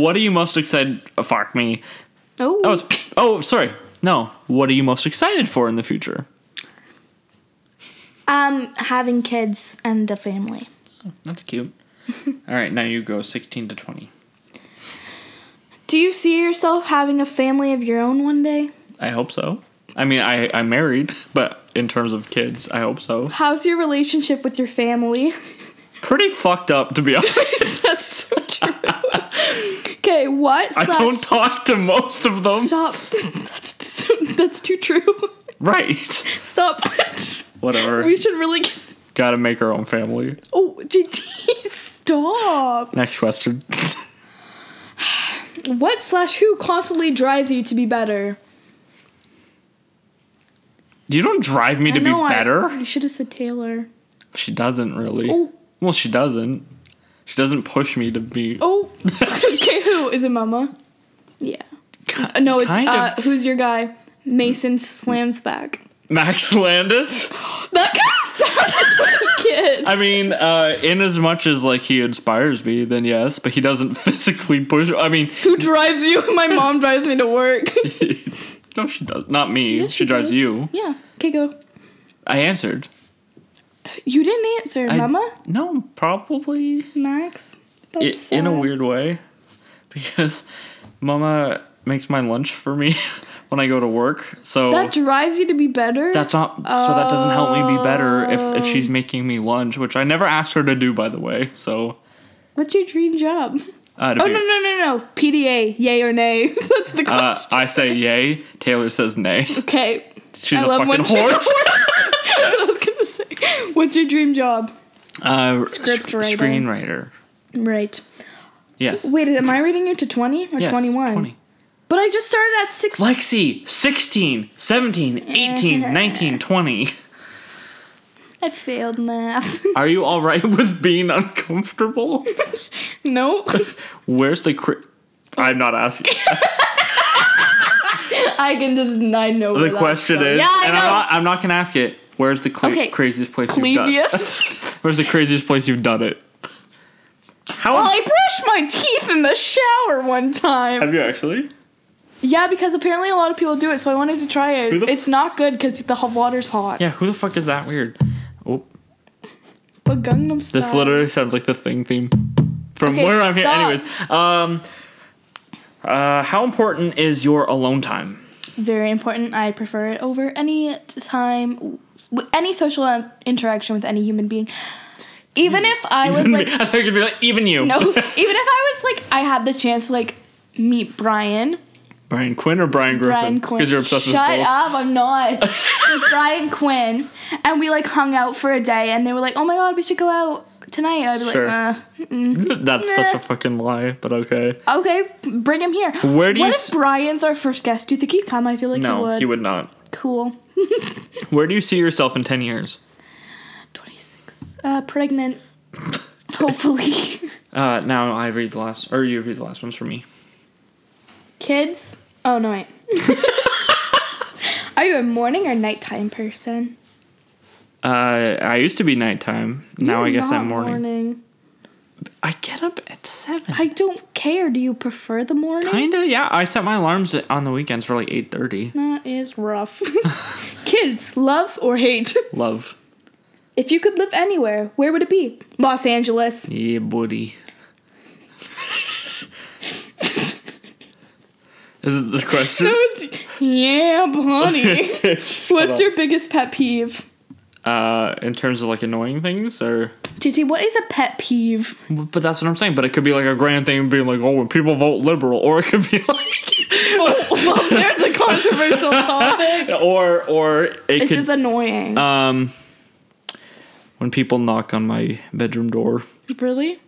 Speaker 1: *laughs* what are you most excited oh, fuck me.
Speaker 2: Oh,
Speaker 1: That was Oh, sorry. No. What are you most excited for in the future?
Speaker 2: um, having kids and a family.
Speaker 1: That's *laughs* cute. All right, now you go 16 to 20.
Speaker 2: Do you see yourself having a family of your own one day?
Speaker 1: I hope so. I mean, I I'm married, but in terms of kids, I hope so.
Speaker 2: How's your relationship with your family? *laughs*
Speaker 1: Pretty fucked up to be *laughs* honest.
Speaker 2: That's so
Speaker 1: *laughs*
Speaker 2: true. okay, what?
Speaker 1: I
Speaker 2: slash-
Speaker 1: don't talk to most of them.
Speaker 2: Stop. That's, so, *laughs* that's too true.
Speaker 1: Right.
Speaker 2: Stop. *laughs*
Speaker 1: Whatever.
Speaker 2: we should really get.
Speaker 1: Gotta make our own family.
Speaker 2: Oh, JT, stop.
Speaker 1: Next question.
Speaker 2: What slash who constantly drives you to be better?
Speaker 1: You don't drive me to
Speaker 2: I know
Speaker 1: be
Speaker 2: I-
Speaker 1: better.
Speaker 2: you should have said Taylor.
Speaker 1: She doesn't really.
Speaker 2: Oh.
Speaker 1: Well, she doesn't. She doesn't push me to be.
Speaker 2: Oh. *laughs* okay, who? Is it Mama? Yeah. Uh, no, it's
Speaker 1: kind
Speaker 2: uh,
Speaker 1: of.
Speaker 2: who's your guy? Mason slams back.
Speaker 1: Max *laughs* Landis.
Speaker 2: That guy *laughs* sounded like a kid.
Speaker 1: I mean, uh, in as much as like he inspires me, then yes, but he doesn't *laughs* physically push. I mean, *laughs*
Speaker 2: Who drives you? My mom drives me to work.
Speaker 1: no, she does. Not me.
Speaker 2: Yeah,
Speaker 1: she, drives
Speaker 2: does.
Speaker 1: you.
Speaker 2: Yeah. Okay, go.
Speaker 1: I answered.
Speaker 2: You didn't answer,
Speaker 1: I-
Speaker 2: Mama.
Speaker 1: No, probably
Speaker 2: Max. That's
Speaker 1: i in a
Speaker 2: sad.
Speaker 1: weird way, *laughs* because Mama makes my lunch for me *laughs* when I go to work. So
Speaker 2: That drives you to be better.
Speaker 1: That's not so that doesn't help me be better if, if she's
Speaker 2: Oh.
Speaker 1: making me lunch, which I never asked her to do by the way. So
Speaker 2: What's your dream job?
Speaker 1: uh, to
Speaker 2: Oh
Speaker 1: be-
Speaker 2: no no no no! PDA, yay or nay? *laughs* That's the question.
Speaker 1: uh, I say yay, Taylor says
Speaker 2: *laughs*
Speaker 1: nay. *laughs*
Speaker 2: okay,
Speaker 1: She's
Speaker 2: I
Speaker 1: a
Speaker 2: love
Speaker 1: fucking
Speaker 2: when she's a *laughs*
Speaker 1: horse.
Speaker 2: That's what I was gonna say. What's your dream job?
Speaker 1: Uh,
Speaker 2: Script
Speaker 1: sc-
Speaker 2: writer.
Speaker 1: Screenwriter.
Speaker 2: Right.
Speaker 1: Yes.
Speaker 2: Wait, am I reading you to twenty or
Speaker 1: yes.
Speaker 2: twenty-one?
Speaker 1: 20.
Speaker 2: But I just started at 16.
Speaker 1: Lexi, 16, 17,
Speaker 2: *laughs*
Speaker 1: 18, 19, 20.
Speaker 2: I failed *laughs* math.
Speaker 1: Are you all right with being uncomfortable?
Speaker 2: no,
Speaker 1: Where's the cri- I'm not
Speaker 2: *laughs*
Speaker 1: asking.
Speaker 2: I can just I know. where
Speaker 1: The
Speaker 2: that's
Speaker 1: question
Speaker 2: going.
Speaker 1: is,
Speaker 2: Yeah, I
Speaker 1: and I'm not, I'm not gonna ask it. Where's the cla-
Speaker 2: Okay.
Speaker 1: craziest place
Speaker 2: know.
Speaker 1: you've done? *laughs*
Speaker 2: Clevius.
Speaker 1: Where's the craziest place you've done
Speaker 2: *laughs*
Speaker 1: it? How
Speaker 2: well, I brushed my teeth in the shower one time.
Speaker 1: have you
Speaker 2: *laughs*
Speaker 1: actually?
Speaker 2: Yeah, because apparently a lot of people do it, so I wanted to try
Speaker 1: Who
Speaker 2: it.
Speaker 1: the f-
Speaker 2: it's not good because the hot water's hot.
Speaker 1: Yeah. Who the fuck is that weird? Oh,
Speaker 2: But Gangnam Style.
Speaker 1: this literally sounds like the thing theme from
Speaker 2: Okay,
Speaker 1: where I'm here.
Speaker 2: stop.
Speaker 1: Anyways, um, uh, how important is your alone time? *laughs*
Speaker 2: very important. I prefer it over any t- time, w- any social in- interaction with any human being. Even if I was like,
Speaker 1: I thought you'd be like even you.
Speaker 2: *laughs* no, even if I was like, I had the chance to like meet Brian.
Speaker 1: *laughs* Brian Quinn or Brian Griffin?
Speaker 2: Brian Quinn.
Speaker 1: Because you're obsessed
Speaker 2: Shut
Speaker 1: with both.
Speaker 2: up,
Speaker 1: *laughs*
Speaker 2: I'm not. With Brian Quinn. And we like hung out for a day and they were like, oh my god, we should go out tonight. And I'd be
Speaker 1: Sure.
Speaker 2: like, "Uh,
Speaker 1: *laughs* That's such a
Speaker 2: Nah. *laughs*
Speaker 1: fucking lie, but okay.
Speaker 2: uh, okay, bring him here.
Speaker 1: Where do
Speaker 2: what
Speaker 1: you
Speaker 2: if
Speaker 1: s-
Speaker 2: Brian's our first guest? Do you think he'd come? I feel like
Speaker 1: no,
Speaker 2: he, would.
Speaker 1: he would not.
Speaker 2: Cool.
Speaker 1: Where do you see yourself in 10 years?
Speaker 2: 26. Uh, pregnant. Hopefully.
Speaker 1: Uh, now I read the last, or you read the last ones for me.
Speaker 2: Kids? Oh, no, wait. Are you a morning or nighttime person?
Speaker 1: Uh, I used to be nighttime. Now I
Speaker 2: You're
Speaker 1: guess I'm
Speaker 2: not
Speaker 1: morning. I get up at 7.
Speaker 2: I don't care. Do you prefer the morning?
Speaker 1: Kinda, yeah. I set my alarms on the weekends for like 8.30.
Speaker 2: That
Speaker 1: *laughs*
Speaker 2: is rough. *laughs* Kids, love or hate?
Speaker 1: Love.
Speaker 2: If you could live anywhere, where would it be? Los
Speaker 1: *laughs*
Speaker 2: Angeles.
Speaker 1: Yeah, buddy. Is it the question? *laughs*
Speaker 2: yeah, Bonnie. What's
Speaker 1: up.
Speaker 2: your biggest pet peeve?
Speaker 1: Uh, in terms of like annoying things or...
Speaker 2: JT, what is a
Speaker 1: *laughs*
Speaker 2: pet peeve?
Speaker 1: But that's what I'm saying. But it could be like a grand thing being like, oh, when people vote liberal, or it could be like, *laughs*
Speaker 2: Oh, *laughs* well, there's a controversial topic.
Speaker 1: or or it
Speaker 2: It's
Speaker 1: could
Speaker 2: just annoying.
Speaker 1: um, when people knock on my bedroom door.
Speaker 2: really?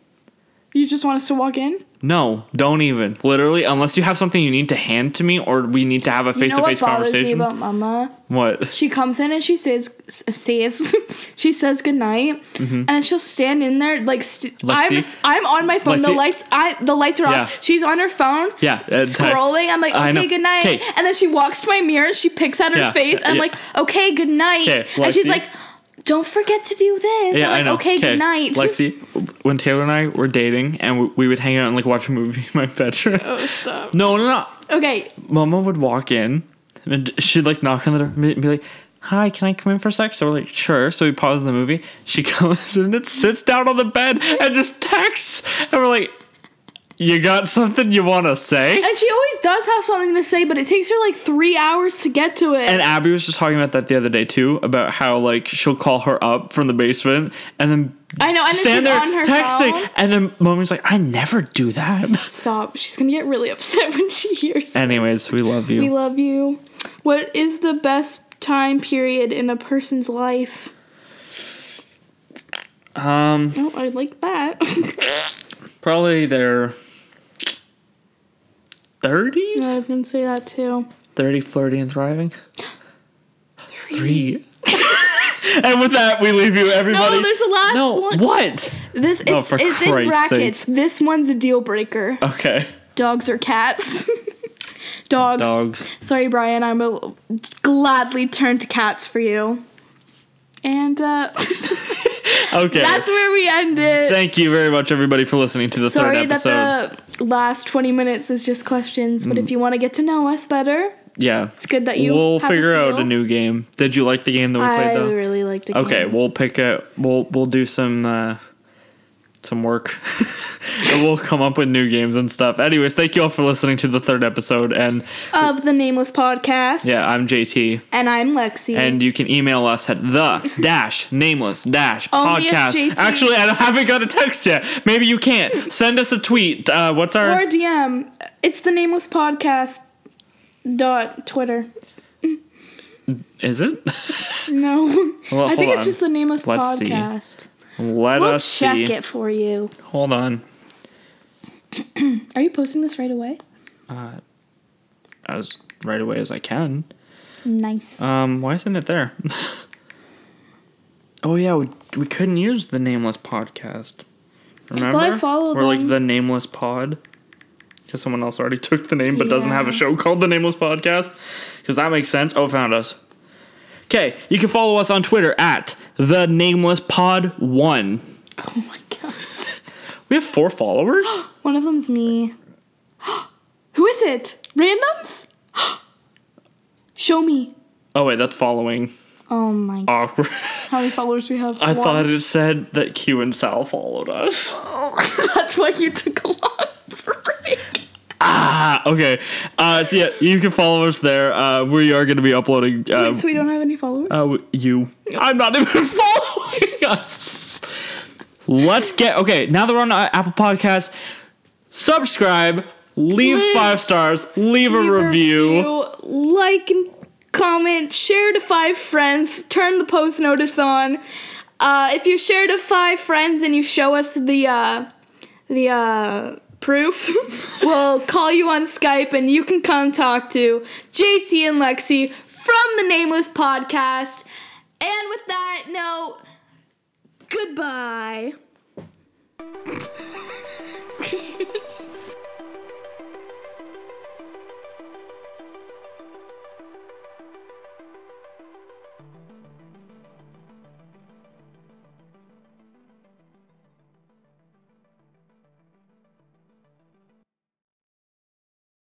Speaker 2: You just want us to walk in?
Speaker 1: No, don't even. Literally, unless you have something you need to hand to me, or we need to have a
Speaker 2: You
Speaker 1: face
Speaker 2: know
Speaker 1: to
Speaker 2: what
Speaker 1: face
Speaker 2: bothers me
Speaker 1: conversation.
Speaker 2: about Mama?
Speaker 1: what?
Speaker 2: She comes in and she says, s- says, *laughs* she says goodnight, and she'll stand in there like st- I'm,
Speaker 1: Mm-hmm. Lexi?
Speaker 2: I'm on my phone. The
Speaker 1: Lexi?
Speaker 2: lights, I the lights are
Speaker 1: Yeah.
Speaker 2: off. She's on her phone.
Speaker 1: Yeah, uh, text.
Speaker 2: Scrolling, I'm like,
Speaker 1: I know.
Speaker 2: okay, good night.
Speaker 1: 'Kay.
Speaker 2: And then she walks to my mirror and she picks at her
Speaker 1: Yeah,
Speaker 2: face, and I'm
Speaker 1: yeah.
Speaker 2: like, okay, good night.
Speaker 1: 'Kay,
Speaker 2: And she's
Speaker 1: Lexi?
Speaker 2: like, don't forget to do this.
Speaker 1: Yeah,
Speaker 2: I'm like,
Speaker 1: I know.
Speaker 2: okay,
Speaker 1: Okay.
Speaker 2: good night.
Speaker 1: Lexi, when Taylor and I were dating, and we, we would hang out and like watch a movie in my bedroom.
Speaker 2: Oh, stop.
Speaker 1: No, no, no.
Speaker 2: Okay,
Speaker 1: Mama would walk in and she'd like knock on the door and be- be like, Hi, can I come in for a sec? So we're like, sure. So we pause the movie. She *laughs* comes in and sits down on the bed and just texts. And we're like, You got something you want to say?
Speaker 2: and she always does have something to say, but it takes her like three hours to get to it.
Speaker 1: And Abby was just talking about that the other day too, about how like she'll call her up from the basement and then
Speaker 2: I know, and then she's
Speaker 1: stand there
Speaker 2: on her
Speaker 1: texting.
Speaker 2: phone.
Speaker 1: And then Mommy's like, I never do
Speaker 2: *laughs*
Speaker 1: that.
Speaker 2: Stop. She's gonna get really upset *laughs* when she hears.
Speaker 1: Anyways, we love you.
Speaker 2: We love you. What is the best time period in a person's life?
Speaker 1: um,
Speaker 2: Oh, I like that. *laughs*
Speaker 1: probably their 30s?
Speaker 2: I was gonna say that too.
Speaker 1: 30 flirty and thriving
Speaker 2: *laughs*
Speaker 1: three, and with that we leave you everybody
Speaker 2: No, there's a last
Speaker 1: No,
Speaker 2: one.
Speaker 1: what
Speaker 2: This
Speaker 1: Oh,
Speaker 2: it's
Speaker 1: for
Speaker 2: it's in
Speaker 1: Christ's
Speaker 2: brackets. This one's a deal breaker.
Speaker 1: okay
Speaker 2: Dogs or cats? *laughs* Dogs. *laughs*
Speaker 1: dogs
Speaker 2: Sorry, Brian. I will gladly turn to cats for you. And uh, *laughs*
Speaker 1: okay
Speaker 2: that's where we end it.
Speaker 1: thank you very much everybody for listening to the
Speaker 2: Sorry
Speaker 1: third episode
Speaker 2: that the last 20 minutes is just questions, but if you want to get to know us better,
Speaker 1: yeah
Speaker 2: it's good that you
Speaker 1: we'll
Speaker 2: have
Speaker 1: figure out
Speaker 2: feel.
Speaker 1: a new game did you like the game that we
Speaker 2: I
Speaker 1: played though
Speaker 2: really liked it.
Speaker 1: okay we'll pick a we'll we'll do some uh some work *laughs* and we'll come up with new games and stuff anyways thank you all for listening to the third episode and
Speaker 2: Of the Nameless Podcast.
Speaker 1: yeah i'm jt
Speaker 2: And I'm Lexi.
Speaker 1: and you can email us at
Speaker 2: *laughs*
Speaker 1: the dash nameless dash
Speaker 2: Only if
Speaker 1: podcast.
Speaker 2: JT
Speaker 1: Actually, I haven't got a text yet. Maybe you can't. Send us a tweet. Uh, what's
Speaker 2: or
Speaker 1: our?
Speaker 2: DM. It's the Nameless Podcast dot Twitter.
Speaker 1: Is it? *laughs*
Speaker 2: No.
Speaker 1: Well,
Speaker 2: *laughs* I
Speaker 1: hold
Speaker 2: think it's
Speaker 1: on.
Speaker 2: just the Nameless
Speaker 1: Let's see.
Speaker 2: Podcast.
Speaker 1: Let
Speaker 2: We'll
Speaker 1: us
Speaker 2: check
Speaker 1: see.
Speaker 2: it for you.
Speaker 1: Hold on.
Speaker 2: Are you posting this right away?
Speaker 1: Uh, as right away as I can.
Speaker 2: Nice.
Speaker 1: Um, why isn't it there? *laughs* oh yeah, we, we couldn't use the nameless podcast. Remember?
Speaker 2: follow
Speaker 1: We're like
Speaker 2: them.
Speaker 1: the nameless pod. Because someone else already took the name but doesn't have a
Speaker 2: Yeah.
Speaker 1: show called the Nameless Podcast. Because that makes sense. Oh, found us. Okay, you can follow us on Twitter at the Nameless Pod One.
Speaker 2: oh my gosh.
Speaker 1: We have four
Speaker 2: *gasps*
Speaker 1: followers.
Speaker 2: *laughs* One of them's me. *gasps* Who is it? Randoms? *gasps* Show me.
Speaker 1: oh wait, that's following.
Speaker 2: Oh my god.
Speaker 1: Awkward. *laughs*
Speaker 2: How many followers do we have?
Speaker 1: Ah. I
Speaker 2: One.
Speaker 1: thought it said that Q and Sal followed us.
Speaker 2: Oh, *laughs* that's why you took a long break.
Speaker 1: Ah, okay. Uh, so yeah, you can follow us there. Uh, we are going to be uploading. Uh,
Speaker 2: Wait, so we don't have any followers?
Speaker 1: uh, you. I'm not even *laughs* following us. Let's get okay. Now that we're on uh, Apple Podcasts, subscribe, leave
Speaker 2: Leave-
Speaker 1: five stars, leave,
Speaker 2: Leave
Speaker 1: a review.
Speaker 2: like and comment, share to five friends, turn the post notice on. Uh, if you share to five friends and you show us the uh, the uh, proof, *laughs* we'll call you on Skype and you can come talk to JT and Lexi from the Nameless Podcast. And with that note, goodbye.